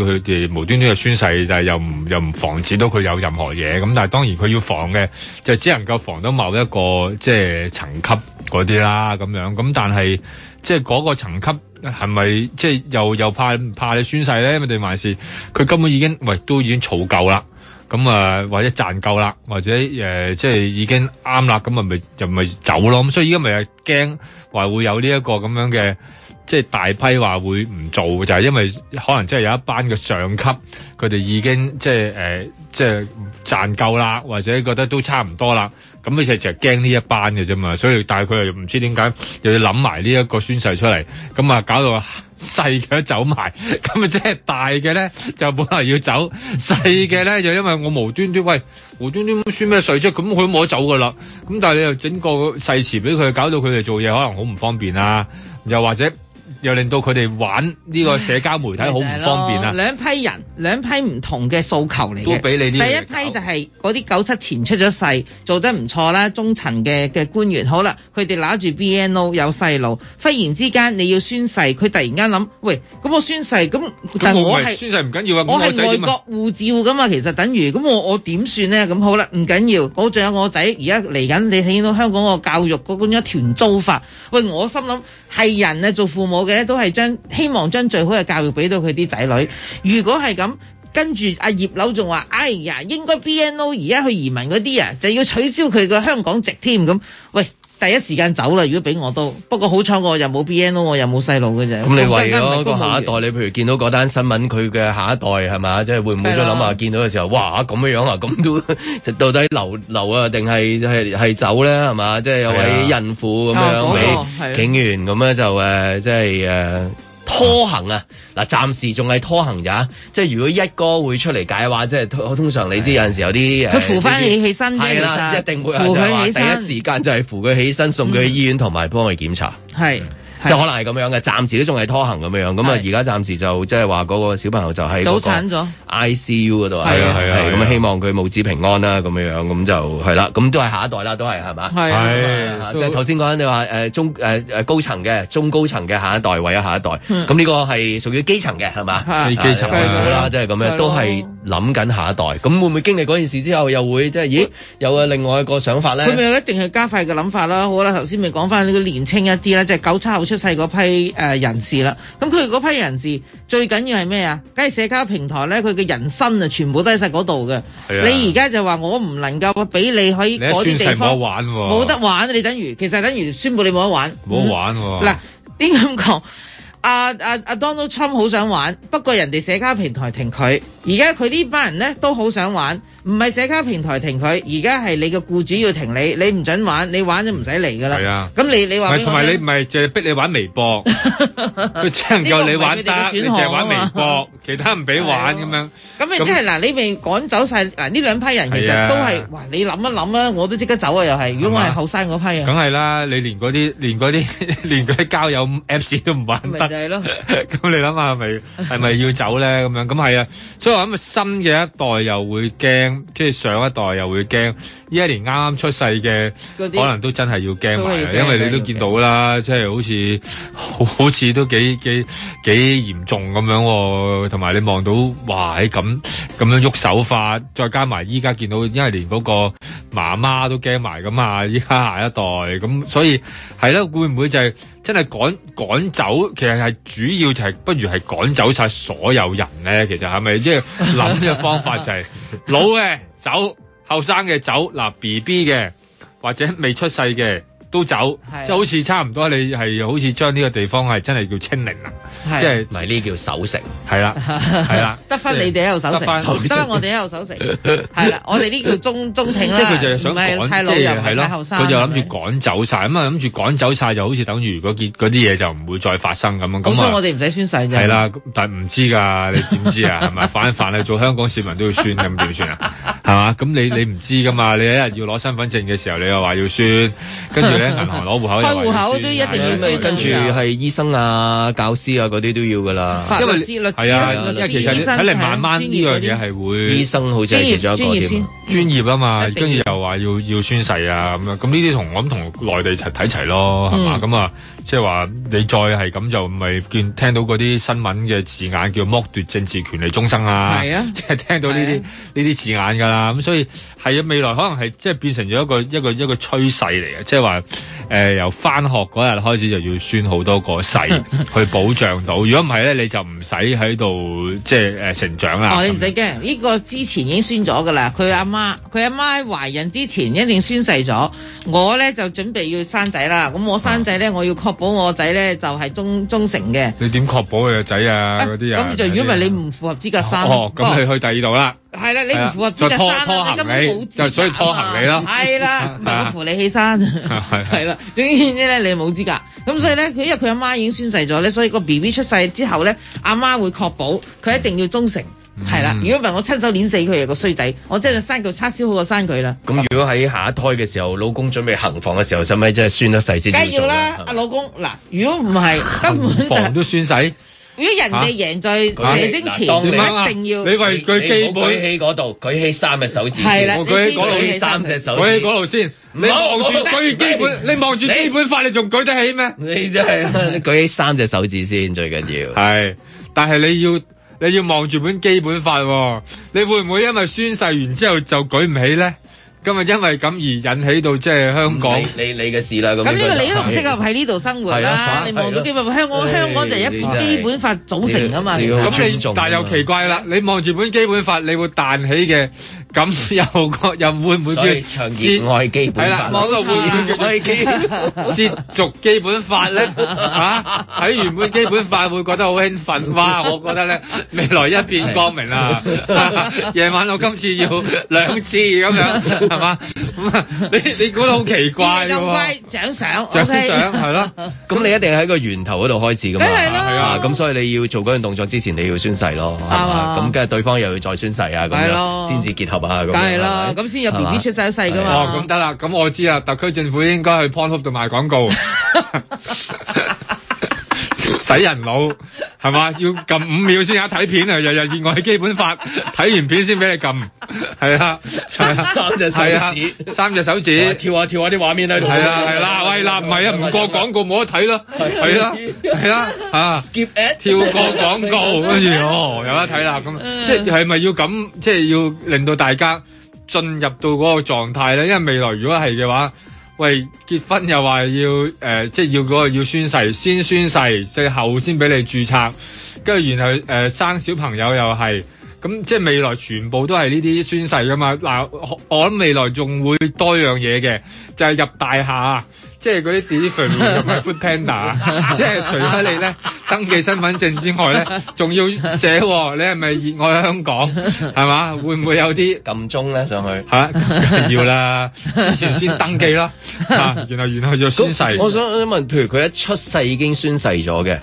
S3: 要要佢哋無端端嘅宣誓，但係又唔又唔防止到佢有任何嘢，咁但係當然佢要防嘅就只能夠防到某一個即係層級嗰啲啦咁樣，咁但係即係嗰個層級。係咪即係又又怕怕你宣誓咧？咪定還是佢根本已經喂都已經儲夠啦，咁啊或者賺夠啦，或者誒、呃即係已經啱啦，咁啊咪就咪走咯。咁所以而家咪係驚話會有呢一個咁樣嘅。即係大批話會唔做，就係、因為可能即係有一班嘅上級，佢哋已經即係誒、呃即係賺夠啦，或者覺得都差唔多啦。咁啊佢就就係驚呢一班嘅啫嘛，所以但係佢又唔知點解又要諗埋呢一個宣誓出嚟，咁啊搞到細嘅都走埋，咁啊即係大嘅咧就本來要走，細嘅咧就因為我無端端喂無端端宣咩誓啫，咁佢都冇得走噶啦。咁但係你又整個誓詞俾佢，搞到佢哋做嘢可能好唔方便啊，又或者又令到佢哋玩呢個社交媒體好唔方便啊。
S4: 兩批人，兩批唔同嘅訴求嚟嘅。
S2: 都俾你啲
S4: 第
S2: 嘢
S4: 一批就係嗰啲九七前出咗世，做得唔錯啦，中層嘅嘅官員。好啦，佢哋揦住 BNO 有細路，忽然之間你要宣誓，佢突然間諗，喂，咁我宣誓，咁但
S3: 咁我
S4: 我
S3: 咪
S4: 係
S3: 宣誓唔緊要啊，咁
S4: 我
S3: 個
S4: 係
S3: 仔
S4: 外
S3: 點啊
S4: 國護照噶嘛，其實等於咁我我點算咧？咁好啦，唔緊要，我仲有我仔而家嚟緊，你睇到香港個教育嗰種一團糟法。喂，我心諗係人啊，做父母嘅都係將希望將最好嘅教育俾到佢啲仔女。如果係咁。跟住阿葉劉仲話：哎呀，應該 BNO 而家去移民嗰啲啊，就要取消佢個香港籍添咁。喂，第一時間走啦！如果俾我都，不過好彩我又冇 BNO，我又冇細路嘅啫。
S2: 咁你
S4: 我更
S2: 為
S4: 加唔係
S2: 咗個
S4: 公務
S2: 下
S4: 員
S2: 一代，你譬如見到嗰單新聞，佢嘅下一代係嘛，即係會唔會都諗
S4: 係
S2: 下
S4: 啦
S2: 見到嘅時候，哇咁樣樣啊，咁都 *laughs* 到底留留啊，定係係係走咧係嘛？即係有位
S3: 係啊
S2: 孕婦咁
S3: 哦
S2: 樣
S3: 嗰個係
S2: 俾
S3: 啊
S2: 警員咁咧就誒，即係誒。拖行啊！嗱，暫時仲係拖行咋，即係如果一哥會出嚟解話，即係通通常你知有陣時有啲誒
S4: 啊佢扶返你起身啫
S2: 係啦，
S4: 其
S2: 即
S4: 實
S2: 係一定會
S4: 扶佢
S2: 有人就話
S4: 起身嗯
S2: 第一時間就係扶佢起身，送佢去醫院同埋幫佢檢查。
S4: 係。
S2: 即係可能係咁樣嘅，暫時都仲係拖行咁樣。咁啊，而家暫時就即係話嗰個小朋友就喺
S4: 早產咗
S2: ICU 嗰度，
S4: 係啊係啊
S2: 係
S4: 係
S2: 咁
S4: 啊
S2: 啊，希望佢母子平安啦，咁樣樣咁就係啦，咁都係下一代啦，都係係嘛，
S4: 係啊係
S2: 啊即係頭先講緊你話誒中誒誒高層嘅中高層嘅下一代為咗下一代，
S4: 嗯
S2: 咁呢個係屬於基層嘅係嘛，
S4: 係
S2: 啊
S4: 基層
S2: 係
S4: 啊
S2: 啦，即係咁
S4: 細佬
S2: 樣都係諗緊下一代，咁會唔會經歷嗰件事之後又會即係咦有啊另外一個想法咧
S4: 佢？咪一定係加快嘅諗法啦。好啦，頭先咪講翻呢個年青一啲啦，即係九七後出世嗰批誒人士啦。咁佢嗰批人士最緊要係咩啊？梗係社交平台咧，佢嘅人生啊，全部都喺晒嗰度嘅。
S3: 係啊
S4: 你而家就話我唔能夠俾你喺嗰啲
S3: 你一宣
S4: 地
S3: 誓
S4: 方
S3: 冇得玩喎
S4: 冇得玩，啊你等於其實等於宣布你冇得玩，
S3: 冇得玩喎
S4: 嗱，應該咁講。阿阿阿 Donald Trump 好想玩，不過人哋社交平台停佢。而家佢呢班人呢都好想玩，唔係社交平台停佢，而家係你嘅僱主要停你，你唔准玩，你玩就唔使嚟噶啦。
S3: 係啊
S4: 咁你你
S3: 唔
S4: 話
S3: 係
S4: 俾我
S3: 同埋你
S4: 聽
S3: 唔係淨係逼你玩
S4: *laughs*
S3: 微博，佢只能夠你玩
S4: 呢個唔係佢哋嘅
S3: 單，
S4: 選
S3: 你
S4: 項啊嘛
S3: 淨係玩微博，其他唔俾玩咁樣。
S4: 咁咪即係嗱，你咪趕走晒嗱呢兩批人，其
S3: 係
S4: 實
S3: 啊
S4: 都係哇！你諗一諗啊，我都即刻走啊，又係。如果我係後生嗰批
S3: 梗
S4: 啊，
S3: 係啦，你連嗰啲連嗰啲 *laughs* 連嗰啲交友 Apps 都唔玩
S4: 咪
S3: 得
S4: 就，係咯。
S3: *laughs* 咁你諗下係咪係咪要走咧？咁樣咁係啊，所以我諗新嘅一代又會驚，跟住上一代又會驚，依家連啱啱出世嘅
S4: 嗰
S3: 可
S4: 啲
S3: 能都真係要驚
S4: 都
S3: 埋啊，
S4: 係要驚
S3: 因為你都見到啦，即係好似好好似 *laughs* 都幾幾幾嚴重咁樣喎，同埋你望到哇喺咁咁樣喐手法，再加埋依家見到，因為連嗰個媽媽都驚埋咁嘛，依家下一代咁，所以係啦，會唔會就係、真係趕趕走，其實係主要就係不如係趕走晒所有人咧。其實係咪即係諗嘅方法就係、 *laughs* 老嘅走，後生嘅走，嗱 B B 嘅或者未出世嘅都走
S4: 啊
S2: 係，
S3: 即係好似差唔多你係好似將呢個地方係真係叫清零啦，
S4: 係，
S3: 即係
S2: 唔係呢叫守城？
S3: 係啦，係啦
S4: *laughs* 得翻你哋喺度守
S3: 得返
S4: 城，得翻我哋喺度守城。係
S3: *laughs*
S4: 啦，我哋呢叫中中
S3: 即
S4: 挺啦。
S3: 係佢就係想
S4: 唔係太
S3: 趕，
S4: 老
S3: 即
S4: 又
S3: 係
S4: 唔
S3: 係
S4: 係太後
S3: 咯，
S4: 生。
S3: 佢就諗住趕走晒，咁啊諗住趕走晒就好似等於嗰件嗰啲嘢就唔會再發生咁樣。
S4: 咁
S3: 咁
S4: 所以
S3: 啊
S4: 我哋唔使宣誓啫。
S3: 係啦，咁但係唔知㗎，你點知啊？係咪？反反你做香港市民都要宣，咁點算啊？係嘛？咁你你唔知㗎嘛？你一日要攞身份證嘅時候，你又話要宣，
S4: *laughs*
S3: 跟住咧銀行攞户口又話要
S4: 開戶口
S3: 宣
S4: 都一定要
S3: 係
S4: 宣
S3: 啊
S2: 跟住係醫生啊、教師啊嗰啲都要噶啦，
S4: 法律師、律
S3: 係
S4: 師
S3: 啊，
S4: 啊、
S3: 因
S4: 律
S3: 為其
S4: 師、醫
S3: 實
S4: 生
S3: 睇嚟慢慢呢
S4: 專
S3: 樣
S4: 業嗰
S3: 嘢
S4: 啲
S3: 係會
S2: 醫生好似係其中一個
S4: 專業
S2: 添
S4: 先
S2: 啊。
S3: 專業啊嘛，跟住又話要要宣誓啊咁樣，咁呢啲同我諗同內地齊睇齊咯，係嘛？
S4: 嗯
S3: 咁啊，即係話你再係咁就咪見聽到嗰啲新聞嘅字眼叫剝奪政治權利終生啊，
S4: 係啊
S3: *laughs* 即係聽到呢啲
S4: 係
S3: 呢啲字眼㗎啦。咁所以係啊，未來可能係即係變成咗一個一個一個趨勢嚟嘅，即係話誒由翻學嗰日開始就要宣好多個誓
S4: *laughs*
S3: 去保障到，如果唔係咧你就唔使喺度即係誒、呃成長啦。
S4: 哦，你唔使驚，呢、個之前已經宣咗噶啦。佢阿媽，佢阿媽喺懷孕之前一定宣誓咗。我咧就準備要生仔啦。咁我生仔
S3: 啊
S4: 咧，我要確保我仔咧就係忠忠誠嘅。
S3: 你點確保佢個仔啊嗰啲啊？
S4: 咁就如果唔係你唔符合資格生，
S3: 哦，咁你去第二度啦。啊
S4: 係啦，你唔符合資
S3: 就
S4: 格
S3: 拖
S4: 生
S3: 拖
S4: 啦，
S3: 行
S4: 你根本
S3: 李啊
S4: 冇資啊格
S3: 就所以拖行李啦。
S4: 係啦，唔係我扶你起身，
S3: *laughs* 係
S4: 係啦。總之咧，你冇資格。咁所以咧，佢因為佢阿媽已經宣誓咗咧，所以個 B B 出世之後咧，阿媽會確保佢一定要忠誠。係啦，如果唔係我親手碾死佢啊個衰仔，我真係生佢叉燒好過生佢啦。
S2: 咁如果喺下一胎嘅時候，老公準備行房嘅時候，使唔使即係宣咗誓先？啊
S4: 梗係要啦，阿老公嗱，如果唔係根本
S2: 嗯
S4: 就
S3: 房都宣誓，
S4: 如果人哋贏在射精前，
S2: 啊當你
S4: 一定要
S3: 為佢基
S2: 你
S3: 本
S2: 唔好舉起嗰度，舉起三隻手指先。
S4: 係啦
S2: 我
S4: 你
S2: 舉起
S4: 先
S2: 嗰
S4: 舉
S2: 度
S4: 起
S2: 三隻手指。
S3: 舉起嗰度先。你望住佢基本，你望住基本法，你仲舉得起咩？
S2: 你真係你舉起三隻手指先最緊要。
S3: 係，但係你要你要望住本基本法喎，你會唔會因為宣誓完之後就舉唔起咧？今日因為咁而引起到即係香港
S2: 你你你嘅事啦，咁
S4: 咁呢
S2: 應該
S4: 個
S2: 就
S4: 你都唔啊
S2: 係
S4: 適合喺呢度生活
S2: 係啊
S4: 啦。你望到基本法香港
S2: 係
S4: 香港就係一
S2: 你真係
S4: 基本法組成啊噶嘛。
S2: 你
S4: 其
S2: 要
S4: 實
S3: 咁你
S2: 尊重啊
S3: 但係又奇怪啦，你望住本基本法，你會彈起嘅，咁又個又會唔會
S2: 所以
S3: 叫
S2: 長熱愛基本法
S3: 係啦，嗰個會唔會叫做
S2: 愛
S4: 啊
S2: 基 *laughs*
S3: *laughs* 褻瀆基本
S6: *laughs*
S3: 法咧？嚇睇原本基本法會覺得好興奮，哇！我覺得咧未來一片光明啊
S6: *laughs*
S3: 啦，
S2: *laughs*
S3: 夜晚我今次要兩次咁樣係嘛？咁啊，你你估得好奇怪
S4: 你
S3: 㗎
S4: 咁
S3: 喎
S4: 乖，，獎賞
S3: 獎
S4: OK
S3: 賞係咯。
S2: 咁你一定喺個源頭嗰度開始噶嘛，
S4: 梗係啦係啊
S2: 咁所以你要做嗰樣動作之前，你要宣誓咯，係嘛
S4: 啊
S2: 咁跟住對方又要再宣誓啊，咁
S4: 係咯
S2: 樣先至結合啊，咁樣
S4: 梗係啦，
S2: 係咪
S4: 咁先有 B
S2: 係
S4: B
S2: 嘛
S4: 出世世噶
S3: 哦，咁啊
S4: 嘛。
S3: 得啦，咁我知啦，特區政府應該去 PornHub 度賣廣告。 *laughs* 洗人腦係嘛？要撳五秒先有得睇片啊！日日熱愛基本法，睇完片先俾你撳，係啊，
S2: *laughs*
S6: 三隻手指
S3: 係啊三隻手指
S6: 跳下跳下啲畫面啊喺度。
S3: 係啦係啦，喂嗱，唔
S6: *laughs*
S3: 係啊，唔過廣告冇得睇啦，係啦係啦啊
S6: ，skip ad
S3: 跳過廣告，跟住哦有得睇啦，
S6: *laughs*
S3: 咁
S6: 嗯
S3: 即係係咪要咁，即係要令到大家進入到嗰個狀態咧？因為未來如果係嘅話。喂，結婚又話要誒、呃即係要嗰個要宣誓，先宣誓，最後先俾你註冊，跟住然後誒、呃生小朋友又係，咁即係未來全部都係呢啲宣誓噶嘛。嗱、我我諗未來仲會多樣嘢嘅，就係、入大廈，啊即係嗰啲 delivery 同
S2: *laughs*
S3: 埋 food panda，即係除咗你咧登記身份證之外咧，仲要寫喎你係咪熱愛香港係嘛？會唔會有啲
S2: 撳鐘咧上去
S3: *laughs* 嚇？
S2: *laughs*
S3: 梗係要啦，之前先登記
S4: *laughs*
S3: 啦，嚇，然後然後就宣誓。
S2: 我想問，譬如佢一出世已經宣誓咗嘅，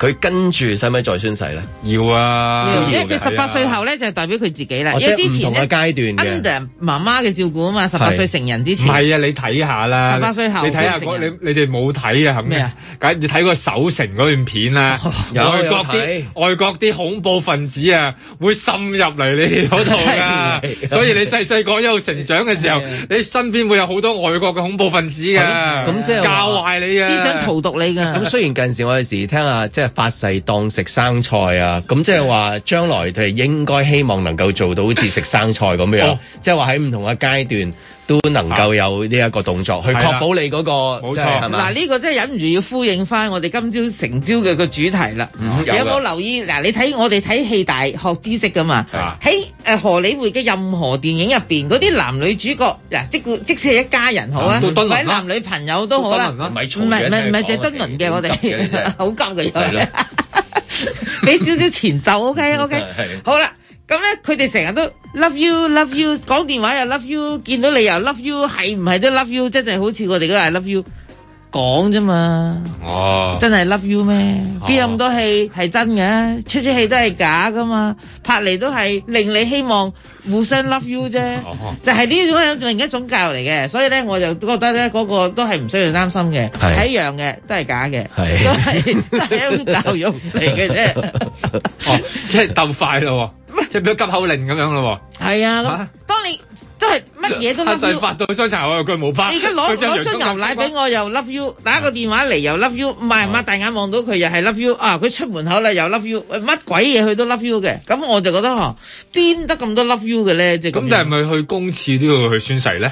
S2: 佢跟住使唔使再宣誓咧？
S3: 啊要啊啊
S4: 因為佢十八歲後咧就係代表佢自己啦，
S2: 哦
S4: 因為
S2: 即係
S4: 之前
S2: 唔同嘅階段嘅
S4: under 媽媽嘅照顧啊嘛，十八歲成人之前
S3: 唔係啊，你睇下啦，
S4: 18歲後
S3: 你睇下
S4: 成
S3: 嗰
S4: 人
S3: 你你哋冇睇啊，係
S4: 咩
S3: 咩
S4: 啊？
S3: 梗你睇個守城嗰段
S4: *laughs*
S3: 片啦，
S2: 有
S3: 外國
S2: 有
S3: 啲
S2: 睇
S3: 外國啲恐怖分子啊，會滲入嚟你
S4: *laughs*
S3: 哋嗰度
S2: 係
S3: 㗎，所以你細細個一路成長嘅時候，你身邊會有好多外國嘅恐怖分子㗎，
S2: 咁即係話
S3: 教壞你啊，
S4: 思想荼毒你㗎。
S2: 咁雖然近時我有時聽下即係發誓當食生菜啊，咁即係話將來佢哋應該希望能夠做到好似食生菜咁樣，
S3: 哦
S2: 即係話喺唔同嘅階段都能夠有呢一個動作去
S3: 係啦
S2: 確保你嗰、個
S3: 冇錯
S2: 即係係嘛
S4: 嗱，呢個真係忍唔住要呼應翻我哋今朝成朝嘅個主題啦。
S2: 嗯有
S4: 有
S2: 㗎
S4: 冇留意？嗱，你睇我哋睇戲大學知識噶嘛
S2: 係？
S4: 喺誒荷里活嘅任何電影入邊，嗰啲男女主角嗱，即即使係一家人好啊，
S2: 都敦倫
S4: 或
S2: 啦
S4: 者男女朋友都好啦，
S2: 唔係嘈
S4: 唔係唔
S2: 住一
S4: 係唔係
S2: 齊
S4: 就係
S2: 講
S4: 敦
S2: 嘅
S4: 倫嘅，我哋
S2: 急嘅你真係
S4: *laughs* 好急嘅
S2: 係
S4: 有
S2: 咯
S4: 啲。 *laughs* 俾少少前奏，OK OK，
S2: *laughs* 係
S4: 好啦。咁咧，佢哋成日都 love you love you，講電話又 love you，見到你又 love you，係唔係都 love you？真係好似我哋嗰個 I love you 講啫嘛，
S3: 哦，
S4: 真係 love you 咩？邊有咁
S3: 哦
S4: 多戲係真嘅？出咗戲都係假噶嘛，拍嚟都係令你希望互相 love you 啫。
S3: 哦
S4: 就係呢種係另一種教育嚟嘅，所以咧我就覺得咧嗰個都係唔需要擔心嘅，
S2: 係
S4: 係一樣嘅，都係假嘅，
S2: 係
S4: 都係都係一種教育嚟嘅啫。
S3: 哦， *laughs* 即係鬥快咯喎，即係俾咗急口令咁樣咯
S4: 係啊，咁
S3: 嚇
S4: 當你都係乜嘢
S3: 喎，
S4: 都
S3: 黑
S4: love
S3: 仔
S4: you，
S3: 發到雙茶，我又句冇花，
S4: 你而家攞
S3: 佢真係
S4: 攞樽
S3: 洋葱
S4: 牛奶
S3: 夾
S4: 俾我又 love you，打個電話嚟又 love you，唔係擘大眼望到佢又係 love you，啊佢出門口啦又 love you，喂乜鬼嘢佢都 love you 嘅，咁我就覺得嗬，邊得咁多 love you 嘅咧？即係
S3: 咁但係咪去公廁都要去宣誓咧？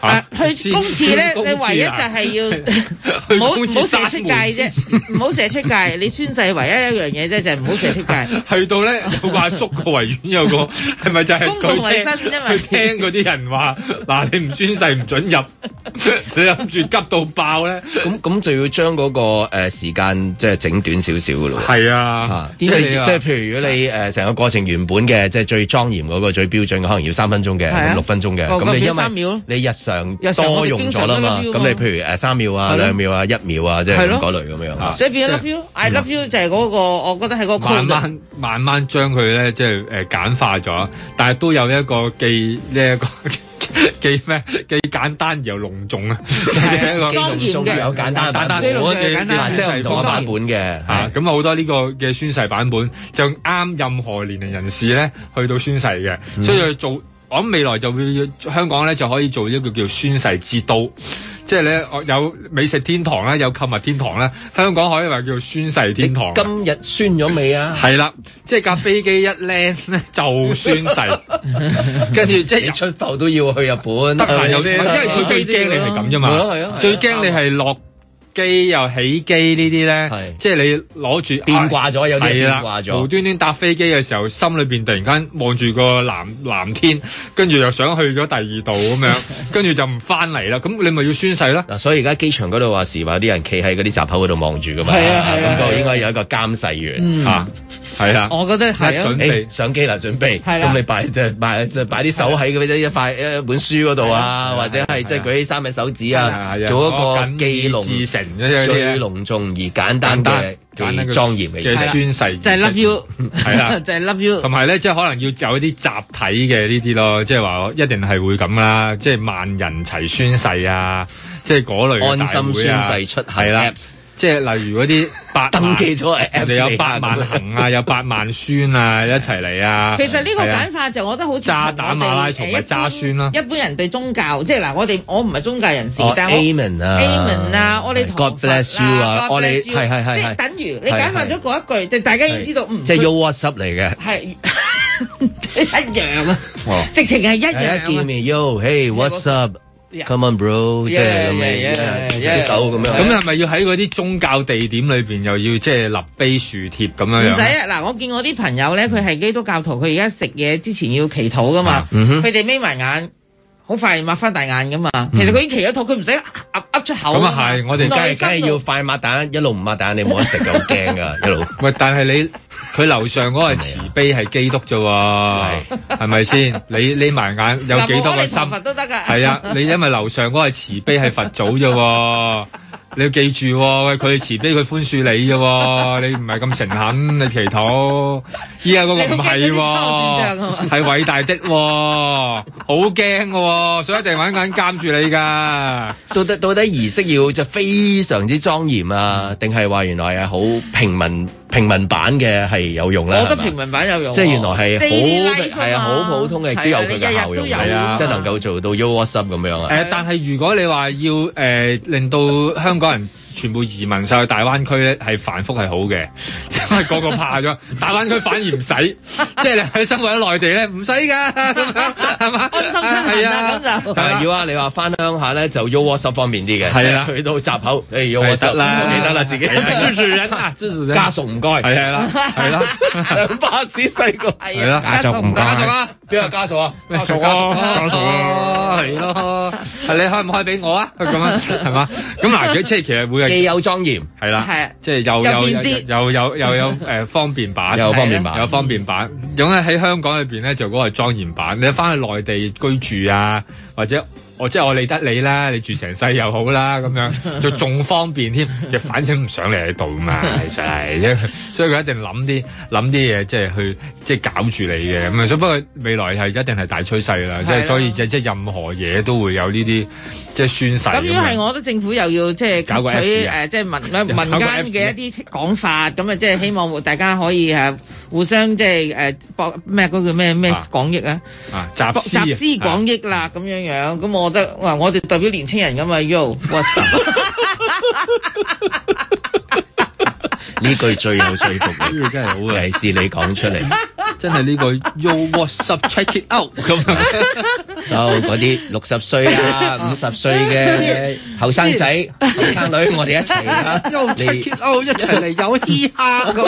S4: 啊去公廁咧，你唯
S3: 啊
S4: 一就係要
S3: *laughs*
S4: 唔好唔好射出界啫，唔好射出界。你宣誓唯一一樣嘢啫，就係唔好射出界。
S3: 啫。 *laughs* 去到咧，有個阿叔個維園有個， *laughs* 係咪就係
S4: 公共衛生
S3: 佢聽
S4: 因為
S3: 佢聽嗰啲人話 *laughs* 嗱，你唔宣誓唔准入， *laughs* 你諗住急到爆咧？
S2: 咁咁就要將嗰、個誒、呃、時間即係整短少少噶咯喎。
S3: 係
S2: 啊
S3: 啊，
S2: 即係即係譬如如果你呃誒成個過程原本嘅即係最莊嚴嗰個最標準嘅，可能要三分鐘嘅，
S4: 係啊
S2: 咁六分鐘嘅，
S4: 哦咁
S2: 咁你
S4: 俾三秒
S2: 因
S4: 咯
S2: 為你日常
S4: 日常我
S2: 多
S4: 哋
S2: 用
S4: 經
S2: 咗
S4: 常都
S2: 啦嘛，
S4: love you
S2: 咁
S4: 嘛
S2: 你譬如誒三秒
S4: 係
S2: 啊、
S4: 咯
S2: 兩秒啊、一秒啊，即係
S4: 係
S2: 咁
S4: 咯
S2: 嗰類咁樣啊。
S4: 所以變咗 love you，I love you 就係嗰個，我覺得係
S2: *laughs*
S4: 嗰個
S3: 慢慢慢慢將佢咧即係誒簡化咗，但係都有一個既呢一個 *laughs* 既咩既簡單而又隆重啊，嘅 *laughs* 一個
S4: 莊嚴嘅
S2: 有簡單嘅版
S3: 簡單
S2: 本，
S4: 即係
S2: 我
S4: 最
S2: 嘅
S4: 簡單
S2: 嗱即係唔同嘅版本嘅。
S3: 啊，咁好多呢個嘅宣誓版本就啱任何年齡人士咧去到宣誓嘅，
S2: 嗯
S3: 所以佢做我諗未來就會香港咧就可以做一個叫宣誓之都，即係咧我有美食天堂啦，有購物天堂啦，香港可以話叫宣誓天堂。
S2: 今日宣咗未啊？
S3: 係啦，即係架飛機一 land 咧就宣
S2: *laughs*
S3: 誓，跟住即係
S2: 你出埠都要去日本，
S3: 得閒有啲，
S2: 係
S3: 因
S2: 咪
S3: 為佢最驚你係咁啫嘛，
S2: 係咯係咯係咯
S3: 最驚你係落機又起機呢啲咧，即係你攞住
S2: 變卦咗有啲
S3: 係啦
S2: 變卦咗
S3: 無端端搭飛機嘅時候，心裏邊突然間望住個藍藍天，跟住又想去咗第二度
S2: *laughs*
S3: 咁樣，跟住就唔翻嚟啦，咁你咪要宣誓啦。
S2: 嗱，所以而家機場嗰度話時話啊有啲人企喺嗰啲閘口嗰度望住噶嘛，
S4: 係啊係啊
S2: 咁
S4: 係啊
S2: 就應該有一個監誓員
S4: 嗯
S2: 嚇。
S3: 係啊，
S4: 我覺得係啊
S3: 準。備
S2: 誒上機啦，準備。
S4: 係啦
S2: 咁你擺即係擺即係擺啲手喺嗰啲一塊一本書嗰度啊，或者係即係舉起三隻手指啊，做一個記
S3: 龍
S2: 隆
S3: 哦至誠嘅呢
S2: 最
S3: 啲
S2: 隆重而簡單嘅
S3: 簡單嘅
S2: 莊嚴嘅儀式。
S3: 嘅宣誓儀式，
S4: 就係 love you，
S2: *laughs*
S3: 係啦
S4: 就係 love you。
S3: 同埋咧，即係可能要有一啲集體嘅呢啲咯，即係話一定係會咁啦，即係萬人齊宣誓啊，即係嗰類嘅大會啊
S2: 安心宣誓出行
S3: 係啦
S2: Apps。
S3: 即係例如嗰啲
S2: *laughs*
S3: 八
S2: 登記咗係
S3: 人哋有
S2: FC
S3: 八萬行
S2: *laughs*
S3: 啊，有八萬孫啊，一齊嚟啊。
S4: 其實呢個
S3: 係啊
S4: 簡化就我覺得好似
S3: 炸
S4: 同
S3: 彈
S4: 我哋
S3: 馬拉松
S4: 誒
S3: 咪
S4: 一
S3: 炸
S4: 般
S3: 酸啦
S4: 一般人對宗教，即係嗱，我哋我唔係宗教人士
S2: 哦，
S4: 但係我
S2: Amen 啊
S4: Amen 啊，我哋同
S2: God bless you 啊我哋
S4: 即
S2: 係係係
S4: 係
S2: 係
S4: 等於你
S2: 係
S4: 簡化咗嗰一句，就大家已經知道，嗯，
S2: 即係
S4: 佢
S2: You WhatsApp 嚟嘅。
S4: 係一樣啊，
S2: 哦
S4: *laughs* 直情係一樣啊
S2: 一見面，Yo hey what's up？Come on bro，即係咁
S3: Yeah,
S2: 樣
S3: yeah, yeah,
S2: 啲手咁樣。
S3: 咁係咪要喺嗰啲宗教地點裏邊又要即係立碑樹貼咁樣
S4: 唔
S3: 樣
S4: 使
S3: 呢？
S4: 啊！嗱，我見我啲朋友咧，佢係基督教徒，佢而家食嘢之前要祈禱噶嘛
S3: 啊，嗯哼
S4: 佢哋眯埋眼，好快擘翻大眼噶嘛。其實佢已經祈咗禱，佢唔使噏噏出口㗎
S2: 咁
S4: 嘛。
S2: 啊係，我哋梗
S4: 內
S2: 係
S4: 心
S2: 梗係
S4: 度
S2: 要快抹蛋，一路唔抹蛋你冇得食，好驚噶一路。
S3: 喂，但係你佢樓上嗰個慈悲係基督啫喎，係咪先？你匿埋眼有幾多
S4: 嗱冇我
S3: 個心
S4: 哋同佛都得㗎
S3: 係啊，你 *laughs* 因為樓上嗰個慈悲係佛祖啫喎。你要記住喎，喂佢慈悲佢寬恕你啫喎，你唔係咁誠懇，你祈禱。依家嗰個唔係
S4: 你好驚嗰啲抄算賬啊
S3: 喎，
S4: 嘛
S3: 係偉大的喎，好驚嘅喎，所以一定揾緊監住你㗎。
S2: 到底到底儀式要就非常之莊嚴啊，定係話原來係好平民平民版嘅係有用啦？
S4: 我覺得
S2: 係嘛
S4: 平民版有用喎。
S2: 即係原來係
S4: Daily
S2: 好
S4: life
S2: 係啊，
S4: 啊
S2: 好
S4: 嘛
S2: 普通嘅都有佢嘅效用，
S4: 係啊你日日都有
S2: 啊
S4: 啊
S2: 即係能夠做到 You WhatsApp 咁樣
S3: 誒、
S2: 啊。
S3: 呃但係如果你話要誒、令到香港人全部移民晒去大灣區咧，係繁複係好嘅， *laughs* 因為個個怕 *laughs* 咗，大灣區反而唔使， *laughs* 即係你喺生活喺內地咧唔
S4: *laughs*
S3: 使㗎，啊咁樣係嘛？
S4: 安心出行啦咁就
S2: 但係要啊，你話翻鄉下咧就 You WhatsApp 方便啲嘅，
S3: 係啊
S2: 即係去到閘口，誒 You
S3: 係
S2: WhatsApp
S3: 得啦
S2: 記得啦，自己
S3: 係啊支持人啊 *laughs* 支持人
S2: 家屬唔該，
S3: 係啊係 *laughs* 啦係啦，
S2: 上巴士細個
S3: 係啦家屬唔該
S2: 家屬啊，邊個家屬啊？家屬家屬啊
S3: 家屬啊，係咯，係你開唔開俾我啊？咁樣係嘛？咁嗱，即係其實每日
S2: 既有莊嚴，
S3: 係啦
S4: 係啊，
S3: 即係又
S4: 又
S3: 有
S4: 便捷
S3: 又有又有誒方便版，
S2: 又有方便版
S3: 有方便版。咁咧喺香港裏邊咧就嗰個係莊嚴版，你翻去內地居住啊，或者我即係我理得你啦，你住成世又好啦，咁
S4: *laughs*
S3: 樣就仲方便添。又反正唔想你喺度嘛，其實係，所以佢一定諗啲諗啲嘢，即係去即係搞住你嘅咁啊。所以不過未來係一定係大趨勢啦，即
S4: 係啊
S3: 係
S4: 啦
S3: 所以即係即係任何嘢都會有呢啲即係宣誓
S4: *laughs* 咁
S3: 樣
S4: 如果係我覺得政府又要即係
S3: 搞個
S4: 吸
S3: Apps
S4: 取
S3: 啊
S4: 誒，即係民
S3: 搞個
S4: 民間
S3: Apps 啊
S4: 嘅一啲講法，咁啊，即係希望大家可以誒互相即係誒博咩嗰個咩咩
S3: 啊
S4: 廣益啊，
S3: 啊
S4: 博
S3: 集
S4: 集思廣益啦咁樣樣。咁我覺得哇，我哋代表年青人噶啊嘛，Yo，what's
S3: *laughs*
S4: up？
S2: 呢句最有說服力，真係好啊！尤其是你講出嚟，
S3: 真係呢個 Yo What's Up Check It Out 咁樣。
S2: 就嗰啲六十歲
S3: *laughs*
S2: 啊、五十歲嘅後生仔、後生女，我哋一齊啦，你
S3: 歐一齊嚟有嘻哈咁，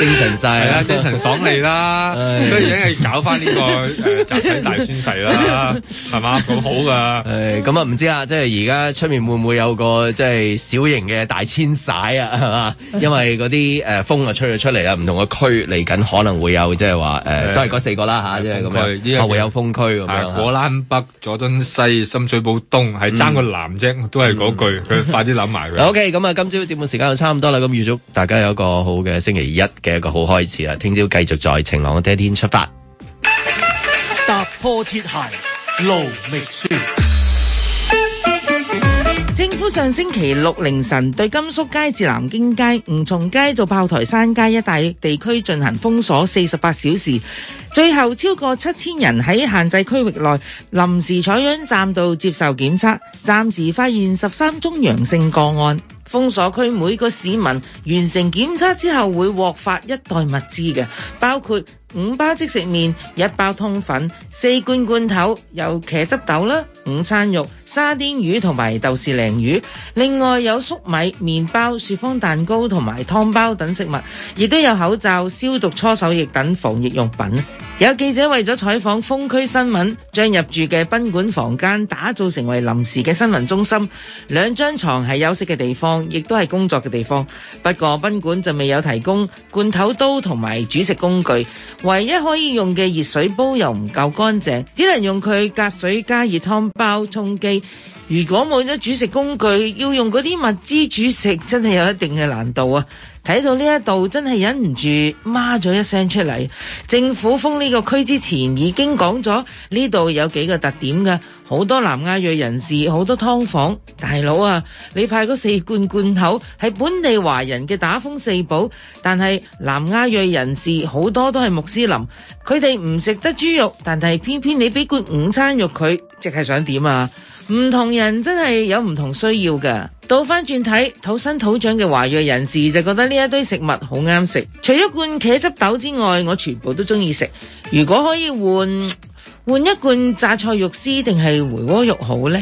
S2: 精神晒啊
S3: 係啦，
S2: 啦，
S3: 精神爽
S4: *laughs*
S3: 利啦，
S2: 唉
S3: 都已經係搞翻呢個誒集體大宣誓啦，係嘛，咁好噶。
S2: 誒咁啊，唔知啊，即係而家出面會唔會有個即係小型嘅大遷徙啊？係嘛，因為嗰啲誒風啊吹咗出嚟啦，唔同嘅區嚟緊可能會有即係話誒，都係嗰四個啦吓，即係咁
S3: 風區呢
S2: 樣，
S3: 樣
S2: 啊會有風區咁
S3: 啊
S2: 樣。
S3: 果欄北、佐敦西、深水埗東，係爭
S2: 嗯
S3: 個南啫，都係嗰句，佢快啲諗埋佢。
S2: OK，咁啊，今朝節目時間就差唔多啦，咁預祝大家有一個好嘅星期一嘅一個好開始啦。聽朝繼續在晴朗嘅一天出發。
S7: 踏破鐵鞋路未雪。
S4: 政府上星期六凌晨對甘肅街至南京街、吳松街到炮台山街一帶地區進行封鎖四十八小時，最後超過七千人喺限制區域內臨時採樣站度接受檢測，暫時發現十三宗陽性個案。封鎖區每個市民完成檢測之後會獲發一袋物資嘅，包括五包即食麵、一包通粉、四罐罐頭、有茄汁豆啦、午餐肉、沙甸魚同埋豆豉鯪魚，另外有粟米、麵包、雪芳蛋糕同埋湯包等食物，亦都有口罩、消毒搓手液等防疫用品。有記者為咗採訪封區新聞，將入住嘅賓館房間打造成為臨時嘅新聞中心，兩張床係休息嘅地方，亦都係工作嘅地方。不過賓館就未有提供罐頭刀同埋煮食工具，唯一可以用嘅熱水煲又唔夠乾淨，只能用佢隔水加熱湯包充飢。如果冇咗煮食工具，要用嗰啲物資煮食，真係有一定嘅難度啊！睇到呢一度真係忍唔住孖咗一聲出嚟。政府封呢個區之前已經講咗呢度有幾個特點㗎，好多南亞裔人士，好多劏房。大佬啊，你派嗰四罐罐頭係本地華人嘅打風四寶，但係南亞裔人士好多都係穆斯林，佢哋唔食得豬肉，但係偏偏你俾罐午餐肉佢，即係想點啊？唔同人真係有唔同需要㗎。倒翻轉睇，土生土長嘅華裔人士就覺得呢一堆食物好啱食。除咗罐茄汁豆之外，我全部都中意食。如果可以換換一罐榨菜肉絲定係回鍋肉好呢？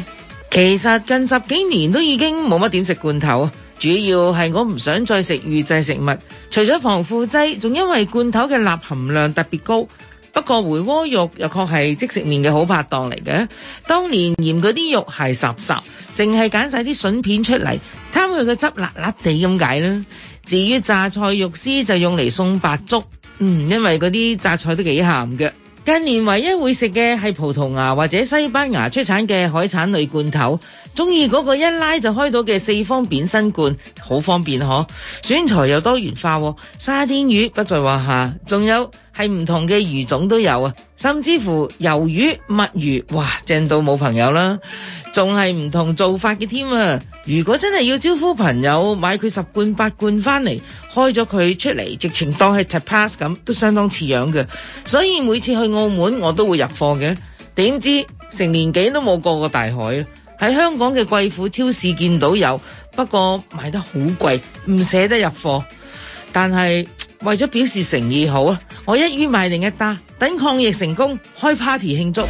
S4: 其實近十幾年都已經冇乜點食罐頭，主要係我唔想再食預製食物。除咗防腐劑，仲因為罐頭嘅鈉含量特別高。不過回鍋肉又確係即食麵嘅好拍檔嚟嘅。當年嫌嗰啲肉係霎霎，淨係揀晒啲筍片出嚟，貪佢個汁辣辣地咁解啦。至於榨菜肉絲就用嚟送白粥，嗯，因為嗰啲榨菜都幾鹹嘅。近年唯一會食嘅係葡萄牙或者西班牙出產嘅海產類罐頭，中意嗰個一拉就開到嘅四方扁身罐，好方便嗬。選材又多元化喎，沙甸魚不在話下，仲有係唔同嘅魚種都有啊，甚至乎魷魚、墨魚，哇，正到冇朋友啦！仲係唔同做法嘅添啊！如果真係要招呼朋友買佢十罐八罐翻嚟，開咗佢出嚟，直情當係 tapas 咁，都相當似樣嘅。所以每次去澳門我都會入貨嘅。點知成年幾都冇過過大海啊！喺香港嘅貴婦超市見到有，不過賣得好貴，唔捨得入貨。但係為咗表示誠意好啊，我一於買定一打，等抗疫成功開 party 慶祝。